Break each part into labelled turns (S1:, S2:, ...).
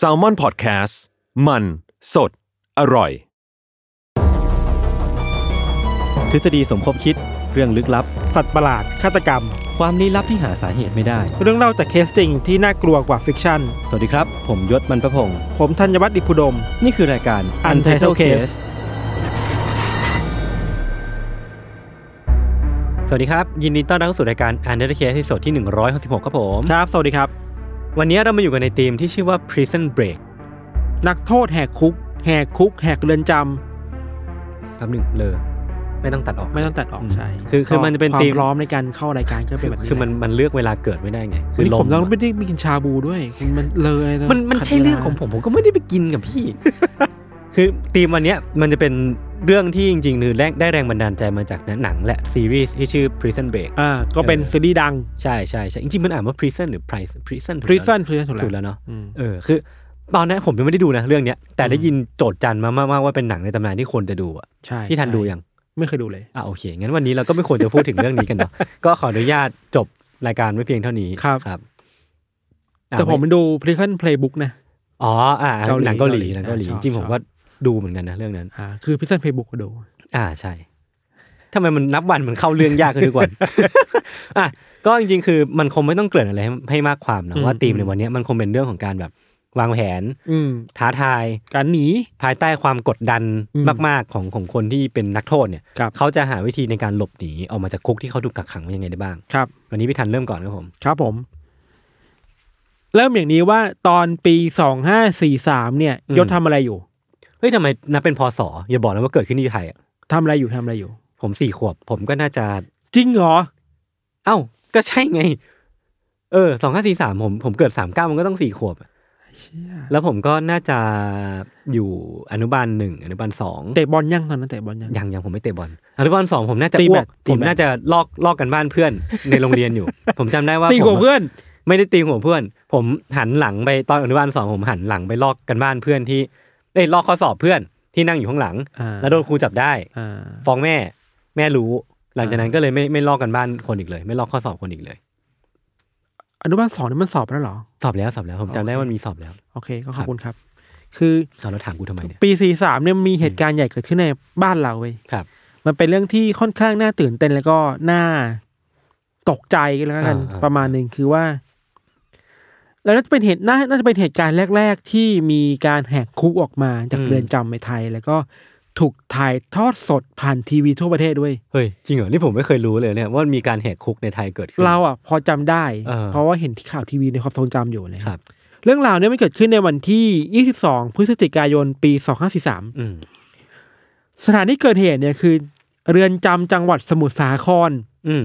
S1: s a l m o n PODCAST มันสดอร่อย
S2: ทฤษฎีสมคบคิดเรื่องลึกลับ
S3: สัตว์ประหลาด ฆาตกรรม
S2: ความลี้ลับที่หาสาเหตุไม่ได้
S3: เรื่องเล่าจากเคสจริงที่น่ากลัวกว่าฟิกชั่น
S2: สวัสดีครับ ผมยศมันประพงศ์
S3: ผมธัญวัฒน์อิพุดม
S2: นี่คือรายการ
S3: Untitled Case
S2: สวัสดีครับ ยินดีต้อนรับเข้าสู่รายการ Untitled Case ที่สดที่ 166ครับผม
S3: ครับ สวัสดีครับ
S2: วันนี้เรามาอยู่กันในธีมที่ชื่อว่า Prison Break
S3: นักโทษแหกคุก แหกคุก แหกเรือนจำ
S2: คำหนึ่งเลย ไม่ต้องตัดออก
S3: ไม่ต้องตัดออก
S2: อืม
S3: ใช่
S2: คือคือมันจะเป็น
S3: ความ
S2: ธีม
S3: พร้อมในการเข้ารายการก็เป็นแบบนี้
S2: คือมันมันเลือกเวลาเกิดไม่ได้ไง
S3: คื
S2: คือ อล
S3: ผม มต้องไม่ได้มีกินชาบูด้วยคุณมันเลยะ
S2: มันมัน
S3: ขัด
S2: ใช่เรื่องของผมผมก็ไม่ได้ไปกินกับพี่ คือธีมวันเนี้ยมันจะเป็นเรื่องที่จริงๆคือแรงได้แรงบันดาลใจมาจากหนังและซีรีส์ที่ชื่อ Prison Break
S3: อ่าก็เป็น
S2: เออ
S3: ซีรีส์ดัง
S2: ใช่ใช่ใช่จริงๆ มันอ่านว่า prison หรือ prison prison ถูกแล้ว
S3: prison prison ถูก
S2: ถูก
S3: แล้ว
S2: แล้วเนาะ
S3: อืม
S2: เออคือตอนนั้นผมยังไม่ได้ดูนะเรื่องเนี้ย แต่ได้ยินโจทย์จันทร์มามากๆว่าเป็นหนังในตำนานที่ควรจะดูอะ
S3: ใช่
S2: ที่ทันดู
S3: ใช่
S2: ยัง
S3: ไม่เคยดูเลย
S2: อ่ะโอเค งั้นวันนี้เราก็ไม่ควรจะพูดถึงเรื่องนี้กันเนาะ ก็ขออนุญาตจบรายการไว้เพียงเท่านี้
S3: ครับ
S2: ครับอ่ะ
S3: แต่ผมมันดู prison playbook นะ
S2: อ๋ออ่า
S3: เกาหลี
S2: หนังเกาหลีห
S3: เกาหลี
S2: นังเกาหลี
S3: อ่ะชอบ
S2: จริงๆ
S3: ช
S2: ผ
S3: อบ
S2: มว่าดูเหมือนกันนะเรื่องนั้น
S3: อ่าคือ prison playbook ก็ดู
S2: อ่าใช่ทำไมมันนับวันมันเข้าเรื่องยากขึ้นทุก วัน อ่ะก็จริงๆ คือมันคงไม่ต้องเกริ่นอะไรให้ให้มากความนะ
S3: อืม
S2: ว่าธีม
S3: อืม
S2: ในวันเนี้ยมันคงเป็นเรื่องของการแบบวางแผน
S3: อืม
S2: ท้าทาย
S3: การหนี
S2: ภายใต้ความกดดัน
S3: อืม
S2: มากๆของของคนที่เป็นนักโทษเนี่ย
S3: ครับ
S2: เขาจะหาวิธีในการหลบหนีออกมาจากคุกที่เขาถูกกักขังไว้ยังไงได้บ้าง
S3: ครับ
S2: วันนี้พี่ทันเริ่มก่อนครับผม
S3: ครับผม เริ่มอย่างนี้ว่าตอนปีสองห้าสี่สามเนี่ยยศทำอะไรอยู่
S2: เฮ้ยทำไมนับเป็นพศอย่าบอกนะว่าเกิดขึ้นที่ไทยอ่ะ
S3: ทำอะไรอยู่ทำอะไรอยู่
S2: ผมสี่ขวบ ผมก็น่าจะ
S3: จริงเหรอ
S2: เอ้า ก็ใช่ไง เออสองห้าสี่สามผมผมเกิดสามเก้ามันก็ต้องสี่ขวบอะแล้วผมก็น่าจะอยู่อนุบาลหนึ่งอนุบาลสอง
S3: เตะบอลยังตอนนั้นเตะบอลยัง
S2: ยังยังผมไม่เตะบอลอนุบาลสองผมน่าจะ
S3: ตี
S2: อ้
S3: แบ
S2: ว
S3: ด
S2: ก
S3: ตี
S2: ผม
S3: แบด
S2: น่าจะลอกลอกกันบ้านเพื่อน ในโรงเรียนอยู่ ผมจำได้ว่า
S3: ตี
S2: ผม
S3: หัวเพื่อน
S2: ไม่ได้ตีหัวเพื่อน ผมหันหลังไปตอนอนุบาลสองผมหันหลังไปลอกกันบ้านเพื่อนที่เอ้ยลอกข้อสอบเพื่อนที่นั่งอยู่ข้างหลัง
S3: อ่า
S2: แล้วโดนครูจับได้
S3: อ่า
S2: ฟ้องแม่ แม่รู้ หลังจากนั้นก็เลยไม่ไม่ลอกกันบ้านคนอีกเลย ไม่ลอกข้อสอบคนอีกเลย
S3: อนุบาลสองนี่มันสอบแล้วเหรอ
S2: สอบแล้วสอบแล้วผมจำได้ว่ามีสอบแล้ว
S3: โอเค ก็ขอบคุณครับ คือ
S2: สอบแล้วถามกูทำไมเนี่ย
S3: ปีสี่สามเนี่ยมีเหตุการณ์ใหญ่เกิดขึ้นในบ้านเราเว้ย
S2: ครับ
S3: มันเป็นเรื่องที่ค่อนข้างน่าตื่นเต้นแล้วก็น่าตกใจกันแล้วกัน
S2: อ่าอ่า
S3: ประมาณหนึ่งคือว่า แล้วน่าจะเป็นเหตุน่าน่าจะเป็นเหตุการณ์แรก ๆ ที่มีการแหกคุกออกมาจากเรือนจำในไทย แล้วก็ถูกถ่ายทอดสดผ่านทีวีทั่วประเทศด้วย
S2: เฮ้ยจริงเหรอนี่ผมไม่เคยรู้เลยเนี่ยว่ามีการแหกคุกในไทยเกิดขึ้น
S3: เราอ่ะพอจำได้
S2: เออ
S3: เพราะว่าเห็นที่ข่าวทีวีในความทรงจำอยู่เลย
S2: ครับ
S3: เรื่องราวเนี้มันเกิดขึ้นในวันที่ 22 พฤศจิกายน ปี 2543
S2: อืม
S3: สถานที่เกิดเหตุเนี่ยคือ เรือนจำจังหวัดสมุทรสาคร
S2: อืม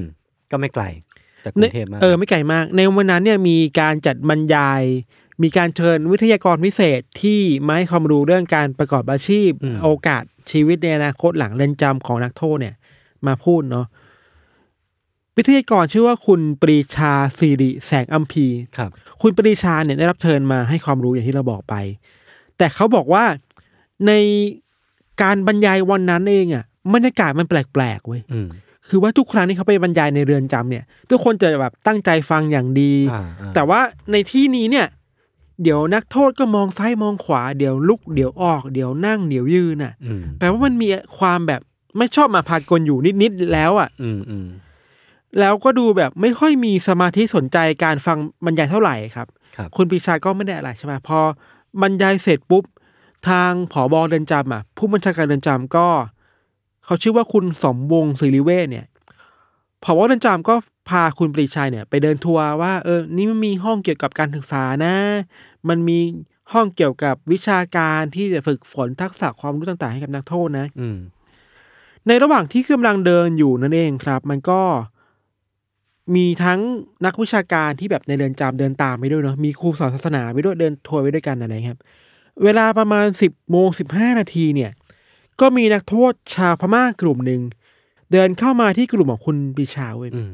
S2: ก็ไม่ไกลจากก
S3: ใน
S2: รุงเทพมาก
S3: เออไม่ไกลมาก ในวันนั้นเนี่ยมีการจัดบรรยาย มีการเชิญวิทยากรพิเศษที่มาให้ความรู้เรื่องการประกอบอาชีพ โอกาสชีวิตในอนาคตหลังเรือนจำของนักโทษเนี่ย มาพูดเนาะวิทยากรชื่อว่าคุณปรีชาสิริแสงอัมพี
S2: ครับ
S3: คุณปรีชาเนี่ยได้รับเชิญมาให้ความรู้อย่างที่เราบอกไป แต่เขาบอกว่าในการบรรยายวันนั้นเองอะ่ะบรรยากาศมันแปลกๆเว้ย
S2: อืม
S3: คือว่าทุกครั้งที่เขาไปบรรยายในเรือนจำเนี่ย ทุกคนจะแบบตั้งใจฟังอย่างดี
S2: อ่าอ่า
S3: แต่ว่าในที่นี้เนี่ย เดี๋ยวนักโทษก็มองซ้ายมองขวา เดี๋ยวลุกเดี๋ยวออก เดี๋ยวนั่งเดี๋ยวยืนอ่ะ
S2: อืม
S3: แปลว่ามันมีความแบบไม่ชอบมาพากลอยู่นิดๆแล้วอ่ะ
S2: อืมอืม
S3: แล้วก็ดูแบบไม่ค่อยมีสมาธิสนใจการฟังบรรยายเท่าไหร่ครับ
S2: ครับ
S3: คุณปรีชาก็ไม่ได้อะไรใช่ไหมพอบรรยายเสร็จปุ๊บ ทางผอบอเรือนจำอ่ะ ผู้บัญชาการเรือนจำก็ เขาชื่อว่าคุณสมวงศ์ศิริเวชเนี่ยผอบอเรือนจำก็พาคุณปรีชาเนี่ย ไปเดินทัวร์ว่าเออนี่มันมีห้องเกี่ยวกับการศึกษานะ มันมีห้องเกี่ยวกับวิชาการที่จะฝึกฝนทักษะความรู้ต่าง ๆ ให้กับนักโทษนะ
S2: อืม
S3: ในระหว่างที่กำลังเดินอยู่นั่นเองครับ มันก็ มีทั้งนักวิชาการที่แบบในเรือนจำเดินตามไปด้วยเนาะมีครูสอนศาสนาไปด้วยเดินทัวร์ไปด้วยกันอะไรเงี้ยครับ เวลาประมาณสิบโมงสิบห้านาทีเนี่ย ก็มีนักโทษชาวพม่ากลุ่มหนึ่งเดินเข้ามาที่กลุ่มของคุณปรีชาเว้ย
S2: อืม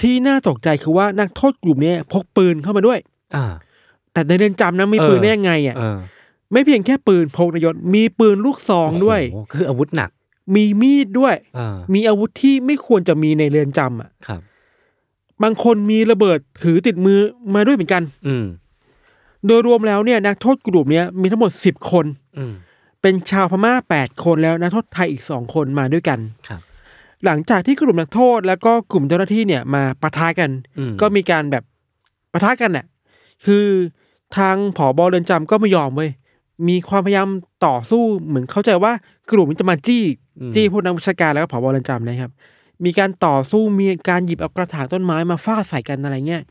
S3: ที่น่าตกใจคือว่านักโทษกลุ่มเนี้ยพกปืนเข้ามาด้วย
S2: อ่า
S3: แต่ในเรือนจำนะมี
S2: เออ
S3: ปืนได้ยังไงอ่ะ
S2: เออ
S3: ไม่เพียงแค่ปืนพกนายศมีปืนลูกซองด้วย
S2: โอ้โหคืออาวุธหนัก
S3: มีมีดด้วย
S2: อ่า
S3: มีอาวุธที่ไม่ควรจะมีในเรือนจำอ่ะ
S2: ครับ
S3: บางคนมีระเบิดถือติดมือมาด้วยเหมือนกัน
S2: อืม
S3: โดยรวมแล้วเนี่ยนักโทษกลุ่มเนี้ยมีทั้งหมด 10 คน
S2: อืม
S3: เป็นชาวพม่า 8 คนแล้วนักโทษไทยอีก 2 คนมาด้วยกัน
S2: ครับ
S3: หลังจากที่กลุ่มนักโทษแล้วก็กลุ่มเจ้าหน้าที่เนี่ยมาปะทะกัน
S2: อืม
S3: ก็มีการแบบปะทะกันน่ะคือทางผอบเรือนจำก็ไม่ยอมเว้ยมีความพยายามต่อสู้เหมือนเข้าใจว่ากลุ่มมันจะมาจี้
S2: อืม
S3: จี้พวกนักวิชาการแล้วก็ผอบเรือนจำนะครับ มีการต่อสู้มีการหยิบเอากระถางต้นไม้มาฟาดใส่กันอะไรเงี้ย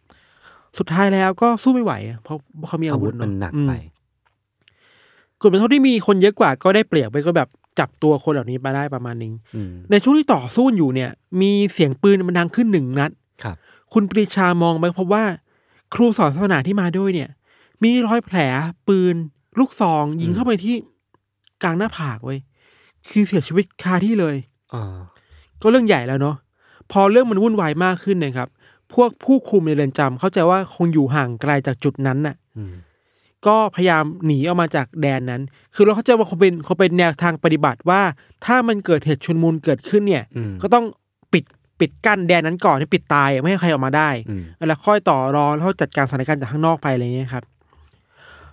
S3: สุดท้ายแล้วก็สู้ไม่ไหวอะเพราะเพราะเขามีอา
S2: อา
S3: วุ
S2: วุ
S3: ธ
S2: ธ
S3: เอะ
S2: มันหนัก
S3: อืม
S2: ไป
S3: กลุ่มนักโทษที่มีคนเยอะกว่าก็ได้เปรียบไปก็แบบจับตัวคนเหล่านี้มาได้ประมาณหนึง
S2: อืม
S3: ในช่วงที่ต่อสู้อยู่เนี่ย มีเสียงปืนมันดังขึ้นหนึ่งนัด
S2: ครับ
S3: คุณปรีชามองไปพบว่า ครูสอนศาสนาที่มาด้วยเนี่ย มีรอยแผลปืน ลูกซอง ยิงเข้าไปที่กลางหน้าผากไว้ยคือเสียชีวิตคาที่เลย
S2: อ่า
S3: ก็เรื่องใหญ่แล้วเนาะพอเรื่องมันวุ่นวายมากขึ้นเนะครับ พวกผู้คุมในเรือนจำเข้าใจว่าคงอยู่ห่างไกลจากจุดนั้นน่ะ
S2: อืม
S3: ก็พยายามหนีออกมาจากแดนนั้น คือเราเข้าใจว่าเขาเป็นเขาเป็นแนวทางปฏิบัติว่า ถ้ามันเกิดเหตุชุนมูลเกิดขึ้นเนี่ย
S2: อืม
S3: ก็ต้องปิดปิดกั้นแดนนั้นก่อนให้ปิดตายไม่ให้ใครออกมาได้
S2: อืม
S3: แล้วค่อยต่อรองแล้วจัดการสถานการณ์จากข้างนอกไปอะไรเงี้ยครับ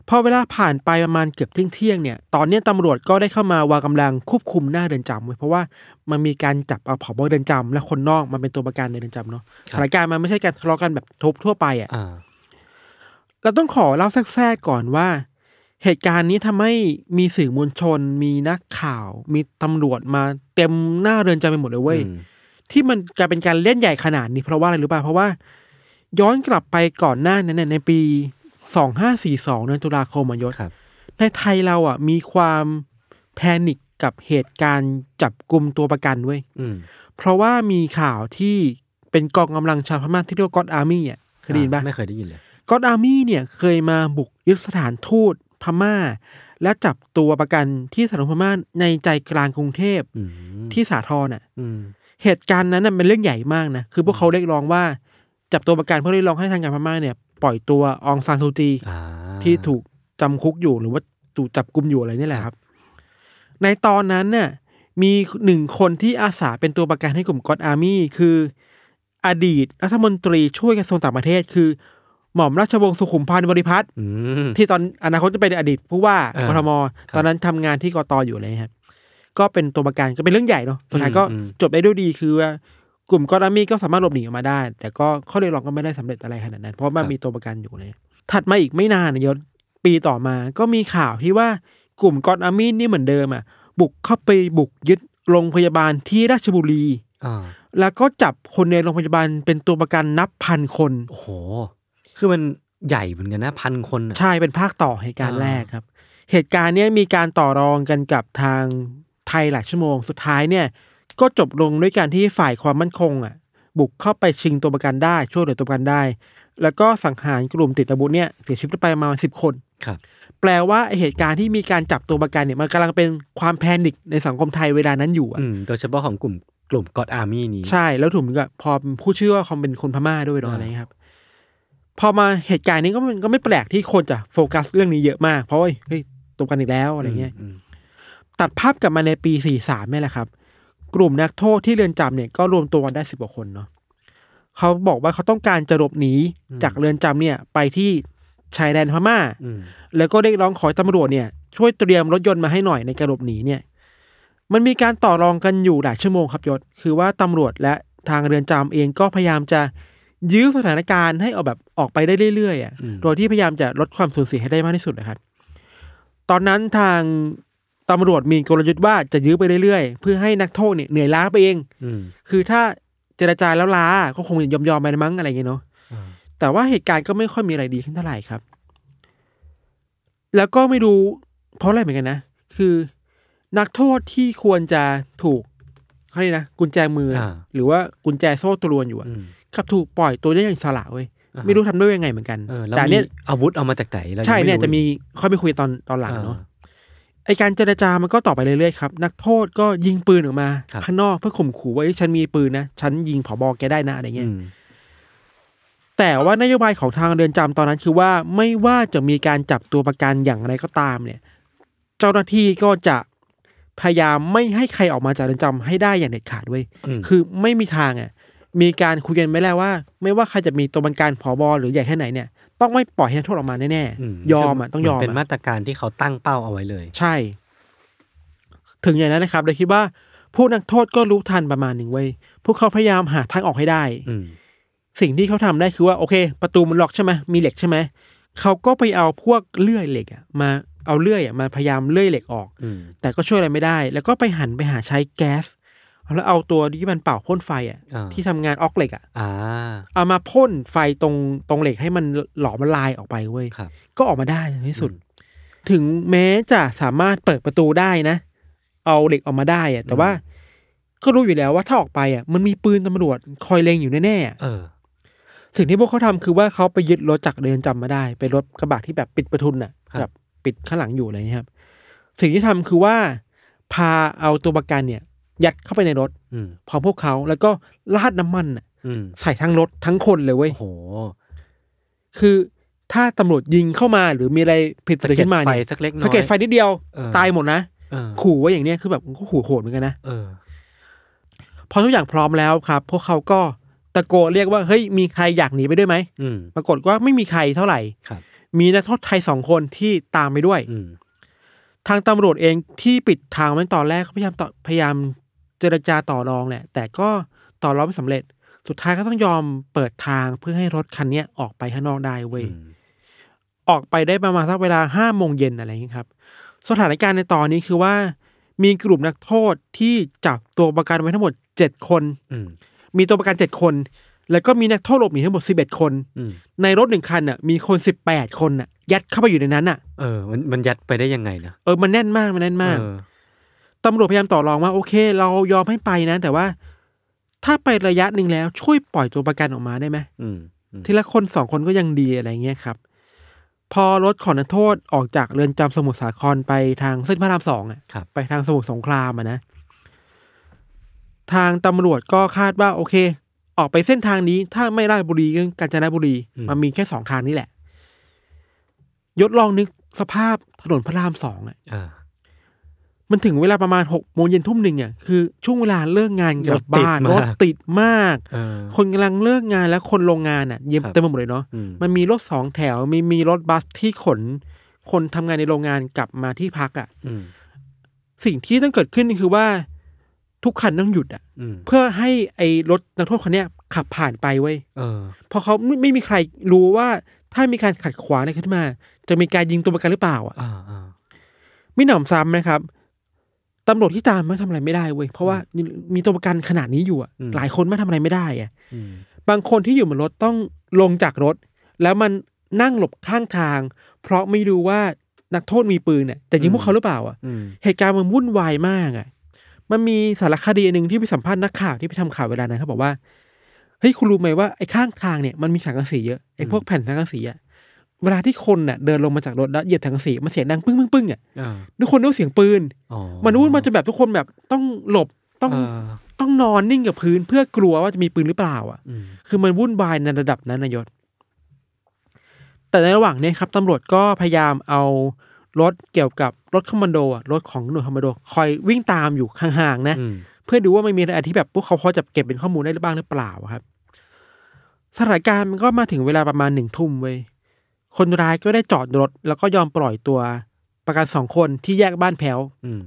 S3: พอเวลาผ่านไปประมาณเกือบเที่ยงเที่ยงๆเนี่ย ตอนเนี้ยตำรวจก็ได้เข้ามาวางกำลังควบคุมหน้าเรือนจำไว้เพราะว่ามันมีการจับเอาผอบเรือนจำและคนนอกมาเป็นตัวประกันในเรือนจำเนาะสถานการณ์มันไม่ใช่การทะเลาะกันแบบทบทั่วไปอ่ะ
S2: อ่า
S3: เราต้องขอเล่าแทรกๆก่อนว่า เหตุการณ์นี้ทำให้มีสื่อมวลชน มีนักข่าว มีตำรวจมาเต็มหน้าเรือนจำไปหมดเลยเว้ย
S2: อืม
S3: ที่มันกลายเป็นการเล่นใหญ่ขนาดนี้เพราะว่าอะไรรู้ป่ะเพราะว่า ย้อนกลับไปก่อนหน้านั้นเนยในปีสองห้าสี่สองเดือนตุลาคมอะยศ
S2: ครับ
S3: ในไทยเราอ่ะมีความแพนิคกับเหตุการณ์จับกลุ่มตัวประกันเว้ย
S2: อืม
S3: เพราะว่ามีข่าวที่เป็นกองกำลังชาวพม่าที่เรียกว่าก็อดอาร์มี่อ่ะเคยได้ยินปะ
S2: ไม่เคยได้ยินเลย
S3: ก็อดอาร์มี่เนี่ยเคยมาบุกยึดสถานทูตพม่า และจับตัวประกันที่สถานทูตพม่าในใจกลางกรุงเทพ
S2: อืม
S3: ที่สาทรน่ะ
S2: อืม
S3: เหตุการณ์นั้นน่ะเป็นเรื่องใหญ่มากนะคือพวกเขาเรียกร้องว่า จับตัวประกันเพื่อเรียกร้องให้ทางการพม่าเนี่ย ปล่อยตัวอองซานซูจี
S2: อ่า
S3: ที่ถูกจำคุกอยู่หรือว่าถูกจับกุมอยู่อะไรนี่แหละครับ ในตอนนั้นน่ะมีหนึ่งคนที่อาสาเป็นตัวประกันให้กลุ่มก็อดอาร์มี่คืออดีตรัฐมนตรีช่วยกระทรวงต่างประเทศ คือ หม่อมราชวงศ์สุขุมพันธ์บริพัตร
S2: อืม
S3: ที่ตอนอนาคตจะเป็นอดีตผู้ว่า
S2: เออก
S3: ทม
S2: ครับ
S3: ตอนนั้นทำงานที่กตอยู่เลยครับก็เป็นตัวประกันก็เป็นเรื่องใหญ่เนาะสุดท้ายก็
S2: อืมอืม
S3: จบได้ด้วยดีคือว่ากลุ่มก็อดอาร์มี่ก็สามารถหลบหนีออกมาได้ แต่ก็ข้อเรียกร้องก็ไม่ได้สำเร็จอะไรขนาดนั้น เพราะว่ามันมีตัวประกันอยู่เลย ถัดมาอีกไม่นานนะยศปีต่อมาก็มีข่าวที่ว่ากลุ่มกอนอาร์มี่นี่เหมือนเดิมอ่ะบุกเข้าไปบุกยึดโรงพยาบาลที่ราชบุรี
S2: อ่า
S3: แล้วก็จับคนในโรงพยาบาลเป็นตัวประกันนับพันคน
S2: โอ้โห คือมันใหญ่เหมือนกันนะพันคนอ่ะ
S3: ใช่เป็นภาคต่อเหตุการณ์
S2: อ่า
S3: แรกครับ เหตุการณ์เนี้ยมีการต่อรองกันกับทางไทยหลายชั่วโมง สุดท้ายเนี่ย ก็จบลงด้วยการที่ฝ่ายความมั่นคงอ่ะ บุกเข้าไปชิงตัวประกันได้ช่วยเหลือตัวประกันได้ แล้วก็สังหารกลุ่มติดอาวุธเนี่ยเสียชีวิตไปประมาสิบคน
S2: ครับ
S3: แปลว่าไอ้เหตุการณ์ที่มีการจับตัวประกันเนี่ยมันกำลังเป็นความแพนิคในสังคมไทยเวลานั้นอยู่อะ
S2: อืมโดยเฉพาะของกลุ่มกลุ่มกอดอาร์มี่นี้
S3: ใช่แล้วถูกกับพอผู้ชื่อว่าคอมเป็นคนพม่าด้วยเนาะ
S2: อ่า
S3: อะไรเงี้ยครับ พอมาเหตุการณ์นี้ก็มันก็ไม่แปลกที่คนจะโฟกัสเรื่องนี้เยอะมากเพราะว่าเฮ้ยตัวกันอีกแล้วอะไรเงี้ย
S2: ม
S3: ตัดภาพกลับมาในปีสี่สามนี่แหละครับ กลุ่มนักโทษที่เรือนจำเนี่ยก็รวมตัวกันได้สิบกว่าคนเนาะเขาบอกว่าเขาต้องการจะหลบหนีจากเรือนจำเนี่ย ไปที่ชายแดนพม่า
S2: อืม
S3: แล้วก็เรียกร้องขอให้ตำรวจเนี่ยช่วยเตรียมรถยนต์มาให้หน่อยในการหลบหนีเนี่ย มันมีการต่อรองกันอยู่หลายชั่วโมงครับยศ คือว่าตำรวจและทางเรือนจำเองก็พยายามจะยื้อสถานการณ์ให้ออกแบบออกไปได้เรื่อยๆอะ
S2: อืม
S3: โดยที่พยายามจะลดความสูญเสียให้ได้มากที่สุดนะครับ ตอนนั้นทางตำรวจมีกลยุทธ์ว่าจะยื้อไปเรื่อยๆ เพื่อให้นักโทษเนี่ยเหนื่อยล้าไปเอง
S2: อืม
S3: คือถ้าเจรจาแล้วล้าก็คงยอมยอมๆไปมั้งอะไรอย่างเงี้ยเนาะ
S2: อ่า
S3: แต่ว่าเหตุการณ์ก็ไม่ค่อยมีอะไรดีขึ้นเท่าไหร่ครับ แล้วก็ไม่รู้เพราะอะไรเหมือนกันนะ คือนักโทษที่ควรจะถูกเขาเรียกนะกุญแจมืออา หรือว่ากุญแจโซ่ตรวนอยู่อะ
S2: อืม
S3: กลับถูกปล่อยตัวได้อย่างอิสระเว้ย
S2: อ่าฮะ
S3: ไม่รู้ทำด้วยยังไงเหมือนกัน
S2: เออแล้ว
S3: แต่อัน
S2: มี
S3: เนี้ย
S2: อาวุธเอามาจากไหนเราง
S3: ใช่เนี่ย
S2: ไรู้
S3: จะมีค่อยไปคุยตอนตอนหลัง
S2: ออ
S3: เนาะไอการเจรจามันก็ต่อไปเรื่อยๆครับ นักโทษก็ยิงปืนออกมา
S2: ครับ
S3: ข้างนอกเพื่อข่มขู่ว่าเอ้ยฉันมีปืนนะฉันยิงผอบอแกได้นะอะไรเงี้ย
S2: อืม
S3: แต่ว่านโยบายของทางเรือนจำตอนนั้นคือว่าไม่ว่าจะมีการจับตัวประกันอย่างไรก็ตามเนี่ย เจ้าหน้าที่ก็จะพยายามไม่ให้ใครออกมาจากเรือนจำให้ได้อย่างเด็ดขาดเว้ย
S2: อืม
S3: คือไม่มีทางอ่ะมีการคุยกันไม่แล้วว่า ไม่ว่าใครจะมีตัวประกันผอบอหรือใหญ่แค่ไหนเนี่ย ต้องไม่ปล่อยให้นักโทษออกมาแน่
S2: ม
S3: ๆยอมอ่ะต้องยอม
S2: เหนเป็น
S3: อ่ะ
S2: มาตรการที่เขาตั้งเป้าเอาไว้เลย
S3: ใช่ ถึงอย่างนั้นนะครับเลยคิดว่าผู้นักโทษก็รู้ทันประมาณหนึ่งเว้ยพวกเขาพยายามหาทางออกให้ได้
S2: อืม
S3: สิ่งที่เขาทำได้คือว่าโอเค ประตูมันล็อกใช่ไหมมีเหล็กใช่ไหมเขาก็ไปเอาพวกเลื่อยเหล็กอะมาเอาเลื่อยอะมาพยายามเลื่อยเหล็กออก
S2: อืม
S3: แต่ก็ช่วยอะไรไม่ได้ แล้วก็ไปหันไปหาใช้แก๊สแล้วเอาตัวที่มันเป่าพ่นไฟอะ
S2: อ่า
S3: ที่ทำงานออกเหล็กอะ
S2: อ่า
S3: เอามาพ่นไฟตรงตรงเหล็กให้มันหลอมละลายออกไปเว้ย
S2: ครับ
S3: ก็ออกมาได้ในที่สุด ถึงแม้จะสามารถเปิดประตูได้นะ เอาเหล็กออกมาได้อะแต่ว่า ก็รู้อยู่แล้วว่าถ้าออกไปอะมันมีปืนตำรวจคอยเล็งอยู่แน่ๆอะ
S2: เออ
S3: สิ่งที่พวกเขาทำคือว่าเขาไปยึดรถจากเรือนจำมาได้เป็นรถกระบะที่แบบปิดประทุนน่ะ
S2: ครับ
S3: แบบปิดข้างหลังอยู่อะไรเงี้ยครับ สิ่งที่ทำคือว่า พาเอาตัวประกันเนี่ย ยัดเข้าไปในรถ
S2: อืม
S3: พร้อมพวกเขาแล้วก็ราดน้ำมันน่ะ
S2: อืม
S3: ใส่ทั้งรถทั้งคนเลยเว้ย
S2: โอ้โห
S3: คือถ้าตำรวจยิงเข้ามาหรือมีอะไรผิดปกติขึ้นมา
S2: ไฟ
S3: เนี่ย
S2: สักเล็กน้อย
S3: สะเก็ดไฟนิดเดียว
S2: เออ
S3: ตายหมดนะ
S2: เออ
S3: ขู่ว่าอย่างเนี้ยคือแบบก็ขู่โหดเหมือนกันนะ
S2: เออ
S3: พอทุกอย่างพร้อมแล้วครับ พวกเขาก็ตะโกนเรียกว่าเฮ้ยมีใครอยากหนีไปด้วยไหม
S2: อืม
S3: ปรากฏว่าไม่มีใครเท่าไหร่
S2: ครับ
S3: มีนักโทษไทยสองคนที่ตามไปด้วย
S2: อืม
S3: ทางตำรวจเองที่ปิดทางไว้ตอนแรกเขาพยายามต่อพยายามเจรจาต่อรองแหละ แต่ก็ต่อรองไม่สำเร็จ สุดท้ายก็ต้องยอมเปิดทางเพื่อให้รถคันเนี้ยออกไปข้างนอกได้เว้ย
S2: อืม
S3: ออกไปได้ประมาณสักเวลาห้าโมงเย็นอะไรอย่างนี้ยครับ สถานการณ์ในตอนนี้คือว่า มีกลุ่มนักโทษที่จับตัวประกันไว้ทั้งหมดเจ็ดคน
S2: อืม
S3: มีตัวประกันเจ็ดคน แล้วก็มีนักโทษหลบหนีทั้งหมดสิบเอ็ดคน
S2: อืม
S3: ในรถหนึ่งคันน่ะมีคนสิบแปดคนน่ะ ยัดเข้าไปอยู่ในนั้นน่ะ
S2: เออ มันมันยัดไปได้ยังไงนะ
S3: เออมันแน่นมากมันแน่นมาก
S2: เออ
S3: ตำรวจพยายามต่อรองว่าโอเค เรายอมให้ไปนะ แต่ว่า ถ้าไประยะหนึ่งแล้วช่วยปล่อยตัวประกันออกมาได้ไหม
S2: อืมอืม
S3: ทีละคนสองคนก็ยังดีอะไรเงี้ยครับ พอรถของนักโทษออกจากเรือนจำสมุทรสาครไปทางเส้นพระรามสองอ่ะ
S2: ครับ
S3: ไปทางสมุทรสงครามอะนะ ทางตำรวจก็คาดว่า โอเค ออกไปเส้นทางนี้ ถ้าไม่ราชบุรีก็กาญจนบุรี
S2: อืม
S3: มันมีแค่สองทางนี้แหละ ยศลองนึกสภาพถนนพระรามสองอ่ะ
S2: อ่า
S3: มันถึงเวลาประมาณหกโมงเย็นทุ่มหนึ่งอ่ะคือช่วงเวลาเลิกงานกลับบ้านรถติดมาก
S2: เออ
S3: คนกำลังเลิกงานและคนโรงงานอ่ะ เยี่ยม
S2: ครับ
S3: เต็มไปหมดเลยเนาะ
S2: อืม
S3: มันมีรถสองแถว มีมีรถบัสที่ขน คนทำงานในโรงงานกลับมาที่พักอ่ะ
S2: อืม
S3: สิ่งที่ต้องเกิดขึ้นคือว่าทุกคันต้องหยุดอ่ะ
S2: อืม
S3: เพื่อให้ไอ้รถนักโทษคนเนี้ยขับผ่านไปเว้ย
S2: เออ
S3: เพราะเขาไม่ไม่มีใครรู้ว่าถ้ามีการขัดขวางอะไรขึ้นมา จะมีการยิงตัวประกันหรือเปล่าอ่ะ
S2: อ่าอ่า
S3: มิหน่ำซ้ำนะครับตำรวจที่ตามมันทำอะไรไม่ได้เว้ยเพราะว่ามีตัวประกันขนาดนี้อยู่อ่ะ
S2: อืม
S3: หลายคนไม่ทำอะไรไม่ได้อ่ะ
S2: อืม
S3: บางคนที่อยู่บนรถต้องลงจากรถ แล้วมันนั่งหลบข้างทาง เพราะไม่รู้ว่านักโทษมีปืนเนี่ยจะยิงพวกเขาหรือเปล่าอ่ะ
S2: อืม
S3: เหตุการณ์มันวุ่นวายมากอ่ะ มันมีสารคดีหนึ่งที่ไปสัมภาษณ์นักข่าวที่ไปทำข่าวเวลานั้นเขาบอกว่า เฮ้ยคุณรู้ไหมว่าไอ้ข้างทางเนี่ยมันมีสังกะสีเยอะไอ้พวกแผ่นสังกะสีอ่ะ เวลาที่คนน่ะเดินลงมาจากรถแล้วเหยียบสังกะสีมันเสียงดังปึ้งปึ้งปึ้งอ่ะ
S2: อ่า
S3: ทุกคนรู้เสียงปืน
S2: อ๋อ
S3: มันวุ่นมาจนแบบทุกคนแบบต้องหลบต้อง
S2: เออ
S3: ต้องนอนนิ่งกับพื้นเพื่อกลัวว่าจะมีปืนหรือเปล่าอ่ะ
S2: อืม
S3: คือมันวุ่นวายในระดับนั้นนายศ แต่ในระหว่างเนี้ครับตำรวจก็พยายามเอารถเกี่ยวกับรถคอมมานโดอะรถของหน่วยคอมมานโด คอยวิ่งตามอยู่ห่างๆนะ
S2: อืม
S3: เพื่อดูว่ามันมีอะไรที่แบบพวกเขาพอจะเก็บเป็นข้อมูลได้หรือบ้างหรือเปล่าอะครับ สถานการณ์มันก็มาถึงเวลาประมาณหนึ่งทุ่มเว้ยคนร้ายก็ได้จอดรถ แล้วก็ยอมปล่อยตัวประกันสองคนที่แยกบ้านแพ้ว
S2: อืม